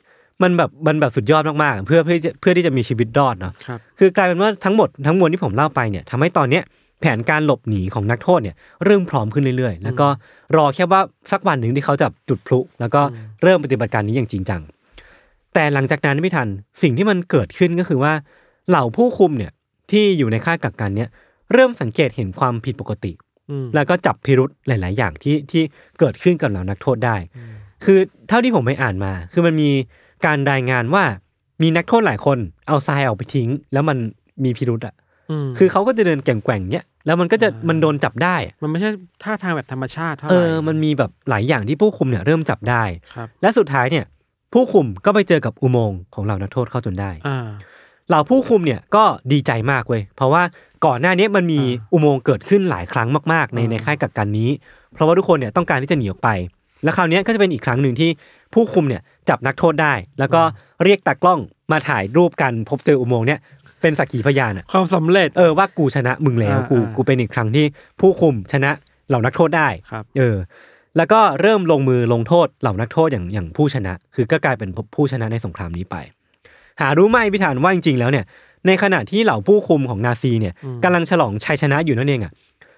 S2: มันแบบมันแบบสุดยอดมากๆ เพื่อเพื่อที่จะเพื่อที่จะมีชีวิตรอดเนาะ
S3: ครับ
S2: คือกลายเป็นว่าทั้งหมดทั้งมวลที่ผมเล่าไปเนี่ยทำให้ตอนเนี้ยแผนการหลบหนีของนักโทษเนี่ยเริ่มพร้อมขึ้นเรื่อยๆ แล้วก็รอแค่ว่าสักวันหนึ่งที่เขาจะจุดพลุ แล้วก็เริ่มปฏิบัติการนี้อย่างจริงจัง แต่หลังจากนั้นไม่ทันสิ่งที่มันเกิดขึ้นก็คือว่าเหล่าผู้คุมเนี่ยที่อยู่ในค่ายกักกันเนี่ยเริ่มสังเกตเห็นความผิดปกติ
S3: อืม
S2: แล้วก็จับพิรุธหลาย ๆ อย่างที่ที่เกิดขึ้นกับเหล่านักโทษได้ คือเท่าที่ผมไปอ่านมา คือมันมีการรายงานว่ามีนักโทษหลายคนเอาทรายออกไปทิ้ง แล้วมันมีพิรุธอ่ะ
S3: อืม
S2: คือเขาก็จะเดินแกว่งๆเนี้ย แล้วมันก็จะมันโดนจับได้อะ
S3: มันไม่ใช่ท่าทางแบบธรรมชาติเท่าไห
S2: เอ
S3: ร่
S2: อ มันมีแบบหลายอย่างที่ผู้คุมเนี่ยเริ่มจับได้
S3: ครับ
S2: และสุดท้ายเนี่ยผู้คุมก็ไปเจอกับอุโมงค์ของเหล่านักโทษเข้าจนได้
S3: อ่า
S2: เหล่าผู้คุมเนี่ยก็ดีใจมากเว้ย เพราะว่าก่อนหน้านี้มันมีอุโมงค์เกิดขึ้นหลายครั้งมากๆ ในในค่ายกักกันนี้ เพราะว่าทุกคนเนี่ยต้องการที่จะหนีออกไป แล้วคราวเนี้ยก็จะเป็นอีกครั้งหนึ่งที่ผู้คุมเนี่ยจับนักโทษได้ แล้วก็เรียกตากล้องมาถ่ายรูปกันพบเจออุโมงค์เนี่ยเป็นสักขีพยานอะ
S3: ความสำเร็จ
S2: เออว่ากูชนะมึงแล้ว กู
S3: อ่าอ่ากู
S2: กูเป็นอีกครั้งที่ผู้คุมชนะเหล่านักโทษได้
S3: ครับ
S2: เออ แล้วก็เริ่มลงมือลงโทษเหล่านักโทษอย่างอย่างผู้ชนะ คือก็กลายเป็นผู้ชนะในสงครามนี้ไป หารู้ไหมพิธานว่าจริงๆแล้วเนี่ยในขณะที่เหล่าผู้คุมของนาซีเนี่ยกำลังฉลองชัยชนะอยู่นั่นเองอ่ะ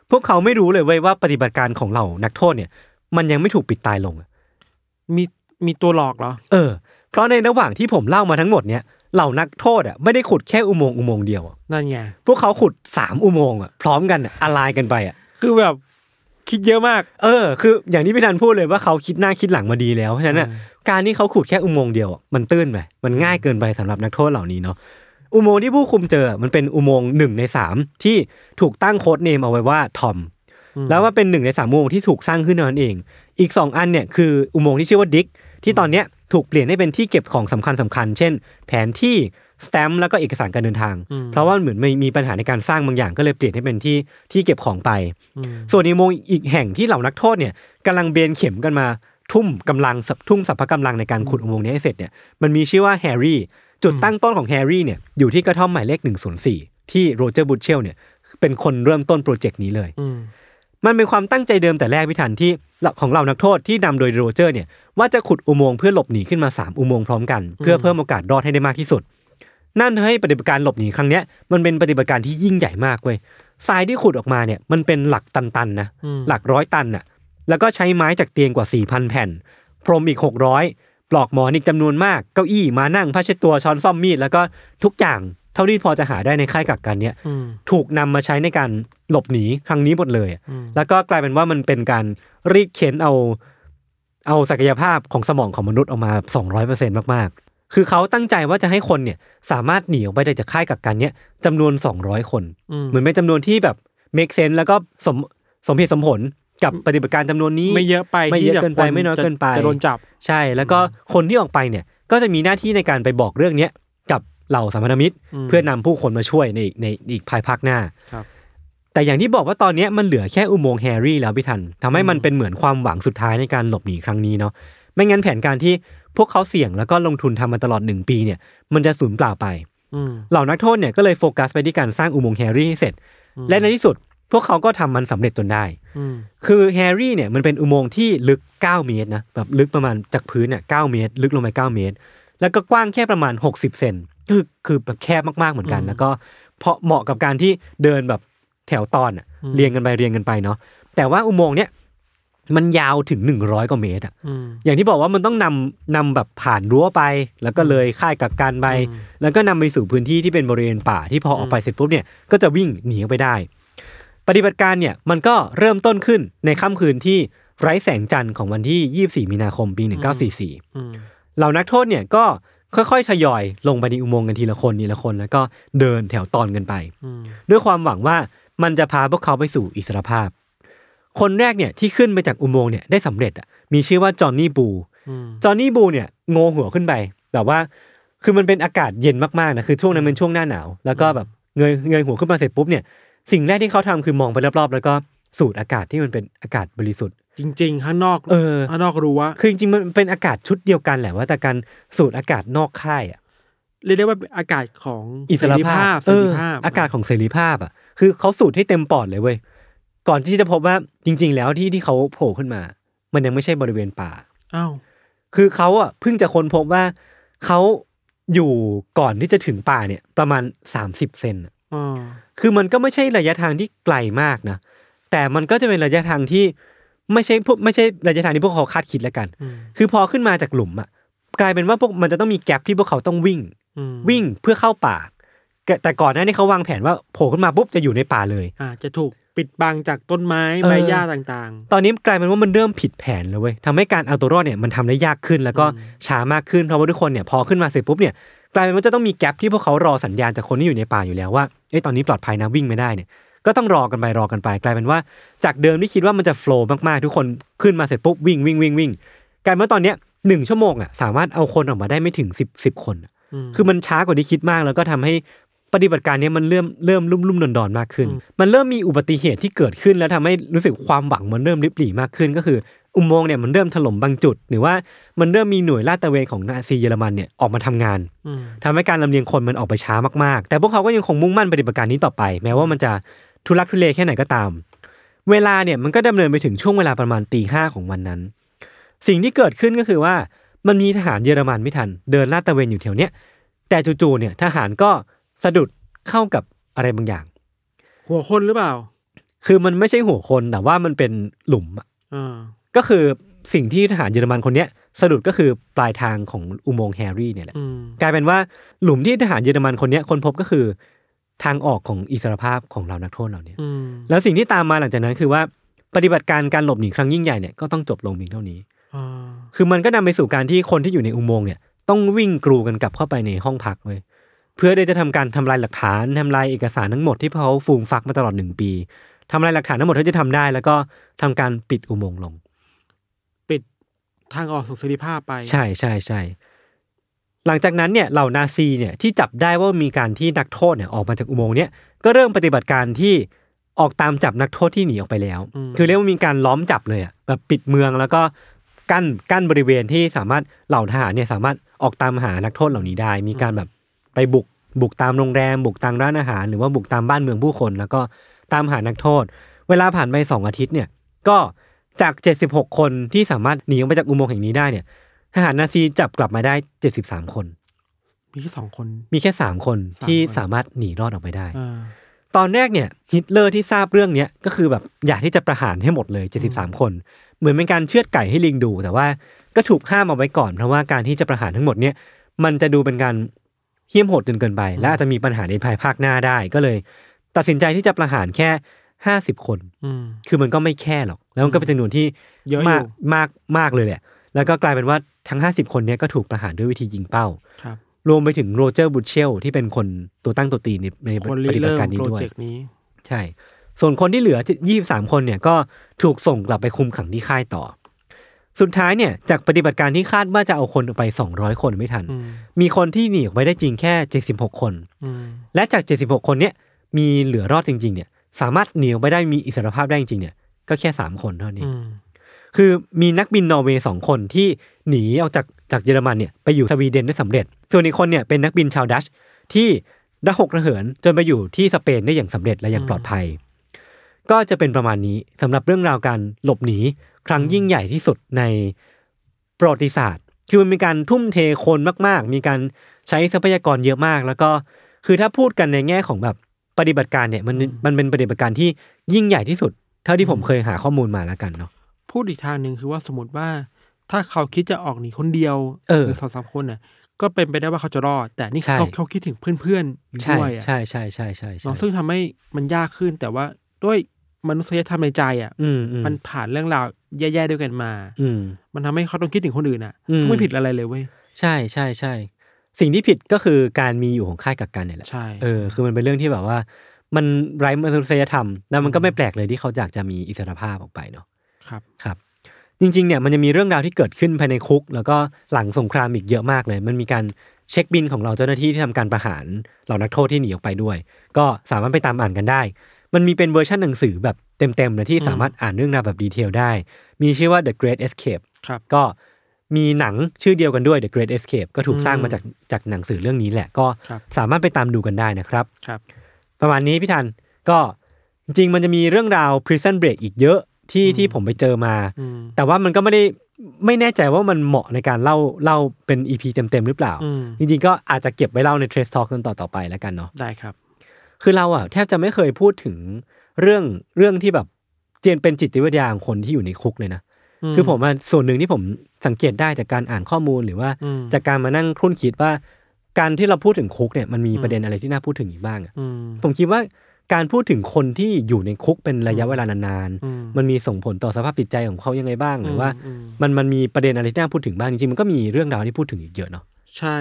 S2: พวกเขาไม่รู้เลยเว้ยว่าปฏิบัติการของเหล่านักโทษเนี่ย มันยังไม่ถูกปิดตายลงอะ
S3: มีมีตัวหลอกเหรอ
S2: เออ เพราะในระหว่างที่ผมเล่ามาทั้งหมดเนี่ยเหล่านักโทษอ่ะไม่ได้ขุดแค่อุโมงค์อุโมงค์เดียวอะ
S3: นั่นไง
S2: พวกเขาขุดสามอุโมงค์อ่ะพร้อมกันอะอะไรกันไปอ่ะ
S3: คือแบบคิดเยอะมาก
S2: เออคืออย่างที่พี่ธันพูดเลยว่าเขาคิดหน้าคิดหลังมาดีแล้วเพราะฉะนั้นนะ
S3: อืม
S2: การที่เขาขุดแค่อุโมงค์เดียวอะมันตื้นไปมันง่ายเกินไปสำหรับนักโทษเหล่านี้เนาะอุโมงค์ที่ผู้คุมเจอมันเป็นอุโมงค์หนึ่งในสามที่ถูกตั้งโค้ดเนมเอาไว้ว่าทอมแล้วว่าเป็นหนึ่งในสามอุโมงค์ที่ถูกสร้างขึ้นเท่านั่นเอง อีกสองอันเนี่ยคืออุโมงค์ที่ชื่อว่าดิกที่ตอนเนี้ยถูกเปลี่ยนให้เป็นที่เก็บของสำคัญสคัญๆเช่น แผนที่สแตมป์แล้วก็เอกสารการเดินทาง เพราะว่าเหมือนมีมีปัญหาในการสร้างบางอย่างก็เลยเปลี่ยนให้เป็นที่ที่เก็บของไป ส่วนอีกโมงอีกแห่งที่เหล่านักโทษเนี่ยกำลังเบนเข็มกันมาทุ่มกำลังสับทุ่มสรรพกำลังในการขุดอุโมงค์นี้ให้เสร็จเนี่ยมันมีชื่อว่าแฮร์รี่ จุดตั้งต้นของแฮร์รี่เนี่ยอยู่ที่กระท่อมหมายเลข 104 ที่โรเจอร์บูชเชลเนี่ยเป็นคนเริ่มต้นโปรเจกต์นี้เลย
S3: อืม
S2: มันเป็นความตั้งใจเดิมแต่แรกพิธันที่ของเรานักโทษที่นำโดยโรเจอร์เนี่ยว่าจะขุดอุโมงค์เพื่อหลบหนีขึ้นมา 3 อุโมงค์พร้อมกัน เพื่อเพิ่มโอกาสรอดให้ได้มากที่สุด นั่นทำให้ปฏิบัติการหลบหนีครั้งเนี้ยมันเป็นปฏิบัติการที่ยิ่งใหญ่มากเว้ยทรายที่ขุดออกมาเนี่ยมันเป็นหลักตันๆนะ
S3: อืม
S2: หลักร้อยตันน่ะแล้วก็ใช้ไม้จากเตียงกว่า 4,000 แผ่น พรมอีก 600 ปลอกหมอนอีกจำนวนมากเก้าอี้มานั่งผ้าเช็ดตัวช้อนซ่อมมีดแล้วก็ทุกอย่างเท่าที่พอจะหาได้ในค่ายกักกันเนี่ย
S3: อืม
S2: ถูกนำมาใช้ในการหลบหนีครั้งนี้หมดเลยอะ
S3: อืม
S2: แล้วก็กลายเป็นว่ามันเป็นการรีดเข็นเอา เอาศักยภาพของสมองของมนุษย์ออกมาแบบสองร้อยเปอร์เซ็นต์มากๆ คือเขาตั้งใจว่าจะให้คนเนี่ยสามารถหนีออกไปได้จากค่ายกักกันเนี่ยจำนวนสองร้อยคน เหมือนเป็นจำนวนที่แบบเมคเซนแล้วก็สมสมเหตุสมผลกับปฏิบัติการจำนวนนี้
S3: ไม่เยอะไป
S2: ไม่เยอะ
S3: ที่จ
S2: เกินไป
S3: ค
S2: ไม่น้อย
S3: จะ
S2: เกินไป
S3: จะโดนจับ
S2: ใช่แล้วก็คนที่ออกไปเนี่ยก็จะมีหน้าที่ในการไปบอกเรื่องเนี้ยกับเหล่าสามัญมิตร
S3: อืม
S2: เพื่อนำผู้คนมาช่วยในอีกในอีกภายภาคหน้า
S3: ครับ
S2: แต่อย่างที่บอกว่าตอนเนี้ยมันเหลือแค่อุโมงค์แฮร์รี่แล้วพี่ทันทำให้มันเป็นเหมือนความหวังสุดท้ายในการหลบหนีครั้งนี้เนาะไม่งั้นแผนการที่ พวกเขาเสี่ยงแล้วก็ลงทุนทำมาตลอดหนึ่งปีเนี่ยมันจะสูญเปล่าไป
S3: อืม
S2: เหล่านักโทษเนี่ยก็เลยโฟกัสไปที่การสร้างอุโมงค์แฮร์รี่ให้เสร็จ และในที่สุดพวกเขาก็ทำมันสำเร็จจนได้
S3: อืม
S2: คือแฮร์รี่เนี่ยมันเป็นอุโมงค์ที่ลึก 9 เมตรนะแบบลึกประมาณจากพื้นเนี่ยเเมตร ลึกลงไป 9 เมตร แล้วก็กว้างแค่ประมาณ 60 เซนคือคือแบบแคบมากๆเหมือนกัน แล้วก็เพราะเหมาะกับการที่เดินแบบแถวตอนอะเรียงกันไปเรียงกันไปเนาะแต่ว่าอุโมงค์เนี่ยมันยาวถึง 100กว่าเมตรอะ
S3: อืม
S2: อย่างที่บอกว่ามันต้องนำนำแบบผ่านรั้วไป แล้วก็เลยค่ายกักกันไป แล้วก็นำไปสู่พื้นที่ที่เป็นบริเวณป่าที่พอออกไปเสร็จปุ๊บเนี่ยก็จะวิ่งหนีออกไปได้ ปฏิบัติการเนี่ยมันก็เริ่มต้นขึ้นในค่ำคืนที่ไร้แสงจันทร์ของวันที่ 24 มีนาคมปี
S3: อืม
S2: 1944เหล่านักโทษเนี่ยก็ค่อยๆทยอยลงไปในอุโมงค์กันทีละคนทีละคน แล้วก็เดินแถวตอนกันไป
S3: อืม
S2: ด้วยความหวังว่ามันจะพาพวกเขาไปสู่อิสรภาพ คนแรกเนี่ยที่ขึ้นไปจากอุโมงค์เนี่ยได้สำเร็จอ่ะมีชื่อว่าจอห์นนี่บู
S3: อืม
S2: จอห์นนี่บูเนี่ยโงหัวขึ้นไปแบบว่า คือมันเป็นอากาศเย็นมากๆนะคือช่วงนั้นเป็นช่วงหน้าหนาว แล้วก็แบบเงยเงยหัวขึ้นมาเสร็จปุ๊บเนี่ยสิ่งแรกที่เขาทำคือมองไปรอบๆ แล้วก็สูดอากาศที่มันเป็นอากาศบริสุทธิ์
S3: จริงๆข้างนอก
S2: เออ
S3: ข้างนอกรู้ว่า
S2: คือจริงๆมันเป็นอากาศชุดเดียวกันแหละว่าแต่การสูดอากาศนอกค่ายอะ
S3: เรียกได้ว่าเป็นอากาศของ
S2: อิสรภาพ
S3: เสรีภาพ
S2: เอออากาศของเสรีภาพอ่ะ คือเขาสูดให้เต็มปอดเลยเว้ย ก่อนที่จะพบว่าจริง ๆ แล้วที่ที่เขาโผล่ขึ้นมา มันยังไม่ใช่บริเวณป่า
S3: อ้าว
S2: คือเขาอ่ะเพิ่งจะค้นพบว่าเขาอยู่ก่อนที่จะถึงป่าเนี่ยประมาณ 30 เซนอะ
S3: อ๋อ
S2: คือมันก็ไม่ใช่ระยะทางที่ไกลมากนะ แต่มันก็จะเป็นระยะทางที่ไม่ใช่พวกไม่ใช่ระยะทางที่พวกเขาคาดคิดแล้วกัน
S3: อืม
S2: คือพอขึ้นมาจากหลุมอ่ะกลายเป็นว่าพวกมันจะต้องมีแกลบที่พวกเขาต้องวิ่ง
S3: อืม
S2: วิ่งเพื่อเข้าป่าแกแต่ก่อนหน้านี้เขาวางแผนว่าโผล่ขึ้นมาปุ๊บจะอยู่ในป่าเลย
S3: อ่าจะถูกปิดบังจากต้นไม้
S2: เออ
S3: ใบหญ้าต่าง
S2: ตอนนี้กลายเป็นว่ามันเริ่มผิดแผนแล้วเว้ยทำให้การเอาตัวรอดเนี่ยมันทำได้ยากขึ้นแล้วก็ช้ามากขึ้นเพราะว่าทุกคนเนี่ยพอขึ้นมาเสร็จปุ๊บเนี่ยกลายเป็นว่าจะต้องมีแกลบที่พวกเขารอสัญญาณจากคนที่อยู่ในป่าอยู่แล้วว่าเอ้ยตอนนี้ปลอดภัยนะวิ่งไม่ได้เนี่ยก็ต้องรอกันไปรอกันไป กลายเป็นว่าจากเดิมที่คิดว่ามันจะโฟล์มากๆทุกคนขึ้นมาเสร็จปุ๊บวิ่งวิ่งวิ่งวิ่งกลายเป็นว่าตอนเนี้ยหนึ่งชั่วโมงอ่ะสามารถเอาคนออกมาได้ไม่ถึงสิบสิบคนอะ
S3: ๆอืม
S2: คือมันช้ากว่าที่คิดมากแล้วก็ทำให้ปฏิบัติการเนี้ยมันเริ่มเริ่มลุ่มลุ่มดอนดอนมากขึ้น มันเริ่มมีอุบัติเหตุที่เกิดขึ้นแล้วทำให้รู้สึกความหวังมันเริ่มริบหรี่มากขึ้น ก็คืออุโมงค์เนี่ยมันเริ่มถล่มบางจุด หรือว่ามันเริ่มมีหน่วยลาดตระเวนของนาซีเยอรมันเนี่ยออกมาทำงาน
S3: อืม
S2: ทำให้การลำเลียงคนมันออกไปช้ามากๆ แต่พวกเขาก็ยังคงมุ่งมั่นปฏิบัติการนี้ต่อไป แม้ว่ามันจะทุลักทุเลแค่ไหนก็ตาม เวลาเนี่ยมันก็ดำเนินไปถึงช่วงเวลาประมาณตีห้าของวันนั้น สิ่งที่เกิดขึ้นก็คือว่ามันมีทหารเยอรมันไม่ทัน เดินลาดตระเวนอยู่แถวเนี้ย แต่จู่ๆเนี่ยทหารก็สะดุดเข้ากับอะไรบางอย่าง
S3: หัวคนหรือเปล่า
S2: คือมันไม่ใช่หัวคนแต่ว่ามันเป็นหลุมอะ
S3: อ่า
S2: ก็คือสิ่งที่ทหารเยอรมันคนเนี้ยสะดุดก็คือปลายทางของอุโมงค์แฮร์รี่เนี่ยแหละ
S3: อืม
S2: กลายเป็นว่าหลุมที่ทหารเยอรมันคนเนี้ยคนพบก็คือ ทางออกของอิสรภาพของเรานักโทษเราเนี่ย
S3: อืม
S2: แล้วสิ่งที่ตามมาหลังจากนั้นคือว่าปฏิบัติการการหลบหนีครั้งยิ่งใหญ่เนี่ยก็ต้องจบลงเพียงเท่านี้
S3: อ่า
S2: คือมันก็นำไปสู่การที่คนที่อยู่ในอุโมงค์เนี่ยต้องวิ่งกรูกันกลับเข้าไปในห้องพักเว้ยเพื่อที่จะทำการทำลายหลักฐานทำลายเอกสารทั้งหมดที่เขาฟูมฟักมาตลอดหนึ่งปีทำลายหลักฐานทั้งหมดที่จะทำได้ แล้วก็ทำการปิดอุโมงค์ลง
S3: ปิดทางออกสู่เสรีภาพไป
S2: ใช่ใช่ใช่หลังจากนั้นเนี่ยเหล่านาซีเนี่ยที่จับได้ว่ามีการที่นักโทษเนี่ยออกมาจากอุโมงค์เนี่ยก็เริ่มปฏิบัติการที่ออกตามจับนักโทษที่หนีออกไปแล้ว คือเรียกว่ามีการล้อมจับเลยอะแบบปิดเมืองแล้วก็กั้นกั้นบริเวณที่สามารถเหล่าทหารเนี่ยสามารถออกตามหานักโทษเหล่านี้ได้ มีการแบบไปบุกบุกตามโรงแรม บุกตามร้านอาหาร หรือว่าบุกตามบ้านเมืองผู้คน แล้วก็ตามหานักโทษ เวลาผ่านไปสองอาทิตย์เนี่ยก็จาก 76 คนที่สามารถหนีออกไปจากอุโมงค์แห่งนี้ได้เนี่ย ทหารนาซีจับกลับมาได้ 73 คน
S3: มีแค่สองคน
S2: มีแค่ 3 คน
S3: สาม
S2: ที่
S3: คน
S2: สามารถหนีรอดออกไปได้
S3: อ่า
S2: ตอนแรกเนี่ยฮิตเลอร์ที่ทราบเรื่องเนี้ยก็คือแบบอยากที่จะประหารให้หมดเลย 73 คน เหมือนเป็นการเชือดไก่ให้ลิงดู แต่ว่าก็ถูกห้ามเอาไว้ก่อน เพราะว่าการที่จะประหารทั้งหมดเนี่ยมันจะดูเป็นการเหี้ยมโหดจนเกินไป และอาจจะมีปัญหาในภายภาคหน้าได้ก็เลย ตัดสินใจที่จะประหารแค่ 50 คน
S3: อืม
S2: คือมันก็ไม่แค่หรอก แล้วมันก็เป็นจำนวนที่
S3: เยอะอยู่
S2: มากมากมากเลยแหละ แล้วก็กลายเป็นว่าทั้ง 50 คนเนี้ยก็ถูกประหารด้วยวิธียิงเป้า
S3: ครับ
S2: รวมไปถึงโรเจอร์บูทเชลที่เป็นคนตัวตั้งตัวตีในใน
S3: คน
S2: ป
S3: ริ
S2: ฏิบั
S3: เริ่
S2: ติ
S3: ม
S2: การนี้
S3: โปร
S2: ด้วย
S3: เจกต์นี้
S2: ใช่ ส่วนคนที่เหลือ 23 คนเนี่ยก็ถูกส่งกลับไปคุมขังที่ค่ายต่อ สุดท้ายเนี่ยจากปฏิบัติการที่คาดว่าจะเอาคนออกไป 200 คนไม่ทัน
S3: อืม
S2: มีคนที่หนีออกไปได้จริงแค่ 76 คน
S3: อืม
S2: และจาก 76 คนเนี่ยมีเหลือรอดจริง ๆ เนี่ยสามารถหนีออกไปได้มีอิสรภาพได้จริงๆเนี่ยก็แค่ 3 คนเท่านั้นเอง
S3: อืม
S2: คือมีนักบินนอร์เวย์สองคนที่หนีออกจาก จากเยอรมันเนี่ยไปอยู่สวีเดนได้สำเร็จ ส่วนอีกคนเนี่ยเป็นนักบินชาวดัชที่ระหกระเหินจนไปอยู่ที่สเปนได้อย่างสำเร็จและอย่างปลอดภัย ก็จะเป็นประมาณนี้สำหรับเรื่องราวการหลบหนีครั้งยิ่งใหญ่ที่สุดในประวัติศาสตร์ คือมันมีการทุ่มเทคนมาก ๆ มีการใช้ทรัพยากรเยอะมาก แล้วก็คือถ้าพูดกันในแง่ของแบบปฏิบัติการเนี่ยมันมันเป็นปฏิบัติการที่ยิ่งใหญ่ที่สุด เท่าที่ผมเคยหาข้อมูลมาแล้วกันเนาะ
S3: พูดอีกทางหนึ่งคือว่าสมมติว่า ถ้าเขาคิดจะออกหนีคนเดียว
S2: เออ
S3: หรือสองสามคนน่ะ ก็เป็นไปได้ว่าเขาจะรอด แต่นี่
S2: ใช่
S3: เขาเขาคิดถึงเพื่อนๆอยู่
S2: ใช่
S3: ด้วยอะ
S2: ใช่ใช่ใช่ใช่ใช่
S3: เนาะซึ่งทำให้มันยากขึ้น แต่ว่าด้วยมนุษยธรรมในใจอ่ะ
S2: อืมอืม
S3: มันผ่านเรื่องราวแย่ๆด้วยกันมา
S2: อืม
S3: มันทำให้เขาต้องคิดถึงคนอื่นอ่ะ
S2: อืม
S3: ซึ่งไม่ผิดอะไรเลยเว้ย
S2: ใช่ใช่ใช่สิ่งที่ผิดก็คือการมีอยู่ของค่ายกักกันเนี่ยแหละ
S3: ใช่
S2: เออคือมันเป็นเรื่องที่แบบว่า มันไร้มนุษยธรรมแล้วมันก็ไม่แปลกเลยที่เขาอยากจะมีอิสรภาพออกไปเนาะ
S3: ครับ
S2: ครับ จริงๆเนี่ยมันจะมีเรื่องราวที่เกิดขึ้นภายในคุก แล้วก็หลังสงครามอีกเยอะมากเลย มันมีการเช็คบินของเราเจ้าหน้าที่ที่ทำการประหารเหล่านักโทษที่หนีออกไปด้วย ก็สามารถไปตามอ่านกันได้ มันมีเป็นเวอร์ชันหนังสือแบบเต็มๆเลยที่สามารถอ่านเรื่องราวแบบดีเทลได้ มีชื่อว่า The Great Escape
S3: ครับ
S2: ก็มีหนังชื่อเดียวกันด้วย The Great Escape ก็ถูกสร้างมาจากจากหนังสือเรื่องนี้แหละ ก็
S3: ครับ
S2: สามารถไปตามดูกันได้นะครับ
S3: ครับ
S2: ประมาณนี้พี่ทันก็จริงๆ มันจะมีเรื่องราว Prison Break อีกเยอะที่ที่ผมไปเจอมา
S3: อืม
S2: แต่ว่ามันก็ไม่ได้ไม่แน่ใจว่ามันเหมาะในการเล่าเล่าเป็น EP เต็มๆ หรือเปล่า
S3: อืม
S2: จริงๆ ก็อาจจะเก็บไว้เล่าใน Trace Talk ตอนต่อๆไปแล้วกันเนาะ
S3: ได้ครับ
S2: คือเราอ่ะแทบจะไม่เคยพูดถึงเรื่องเรื่องที่แบบเจนเป็นจิตวิทยาของคนที่อยู่ในคุกเลยนะ
S3: อืม
S2: คือผมอะส่วนหนึ่งที่ผมสังเกตได้จากการอ่านข้อมูลหรือว่า
S3: อืม
S2: จากการมานั่งครุ่นคิดว่า การที่เราพูดถึงคุกเนี่ยมันมีประเด็นอะไรที่น่าพูดถึงอีกบ้างอะ
S3: อืม
S2: ผมคิดว่าการพูดถึงคนที่อยู่ในคุกเป็นระยะเวลานาน
S3: อืม
S2: ๆมันมีส่งผลต่อสภาพจิตใจของเขายังไงบ้าง หรือว่า
S3: อืม
S2: มันมันมีประเด็นอะไรที่น่าพูดถึงบ้างจริงๆมันก็มีเรื่องราวที่พูดถึงอีกเยอะเนาะ
S3: ใช่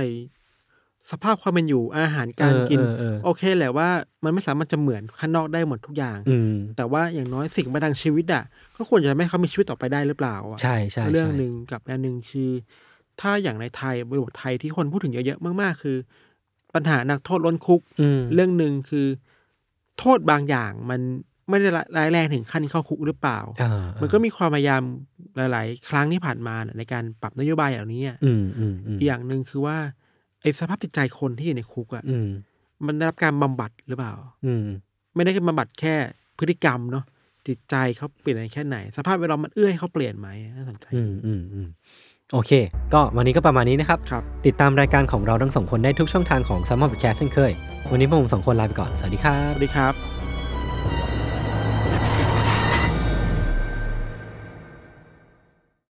S3: สภาพความเป็นอยู่อาหารการกิน
S2: เออเออเออ
S3: โอเคแหละว่ามันไม่สามารถจะเหมือนข้างนอกได้หมดทุกอย่าง
S2: อืม
S3: แต่ว่าอย่างน้อยสิ่งประดังชีวิตอ่ะก็ควรจะทำให้เขามีชีวิตต่อไปได้หรือเปล่าอะ
S2: ใช่ใช่ใช่
S3: เรื่องหนึ่งกับอันหนึ่งคือ ถ้าอย่างในไทยบริบทไทยที่คนพูดถึงเยอะๆมากๆ คือ ปัญหานักโทษล้นคุก
S2: อืม
S3: เรื่องหนึ่งคือ โทษบางอย่างมันไม่ได้ร้ายแรงถึงขั้นเข้าคุกหรือเปล่า
S2: อ่า
S3: มันก็มีความพยายามหลาย ๆ ครั้งที่ผ่านมาเนี่ยในการปรับนโยบายเหล่านี้อะ
S2: อืมอืมอืม
S3: อีกอย่างหนึ่งคือว่าไอ้สภาพจิตใจคนที่อยู่ในคุกอะ่ะ
S2: อืม
S3: มันได้รับการบำบัดหรือเปล่า
S2: อืม
S3: ไม่ได้แค่บำบัดแค่พฤติกรรมเนาะจิตใจเขาเปลี่ยนไปแค่ไหน สภาพแวดล้อมมันเอื้อให้เขาเปลี่ยนไหมน่าสนใจ
S2: อืมอืมอืมโอเค ก็วันนี้ก็ประมาณนี้นะครับ
S3: ครับ
S2: ติดตามรายการของเราทั้งสองคนได้ทุกช่องทางของ s ัมมอนแคสเช่นเคย วันนี้พวกผมสองคนลาไปก่อน สวัสดีครั
S3: ส
S2: บ
S3: วัสดีครับ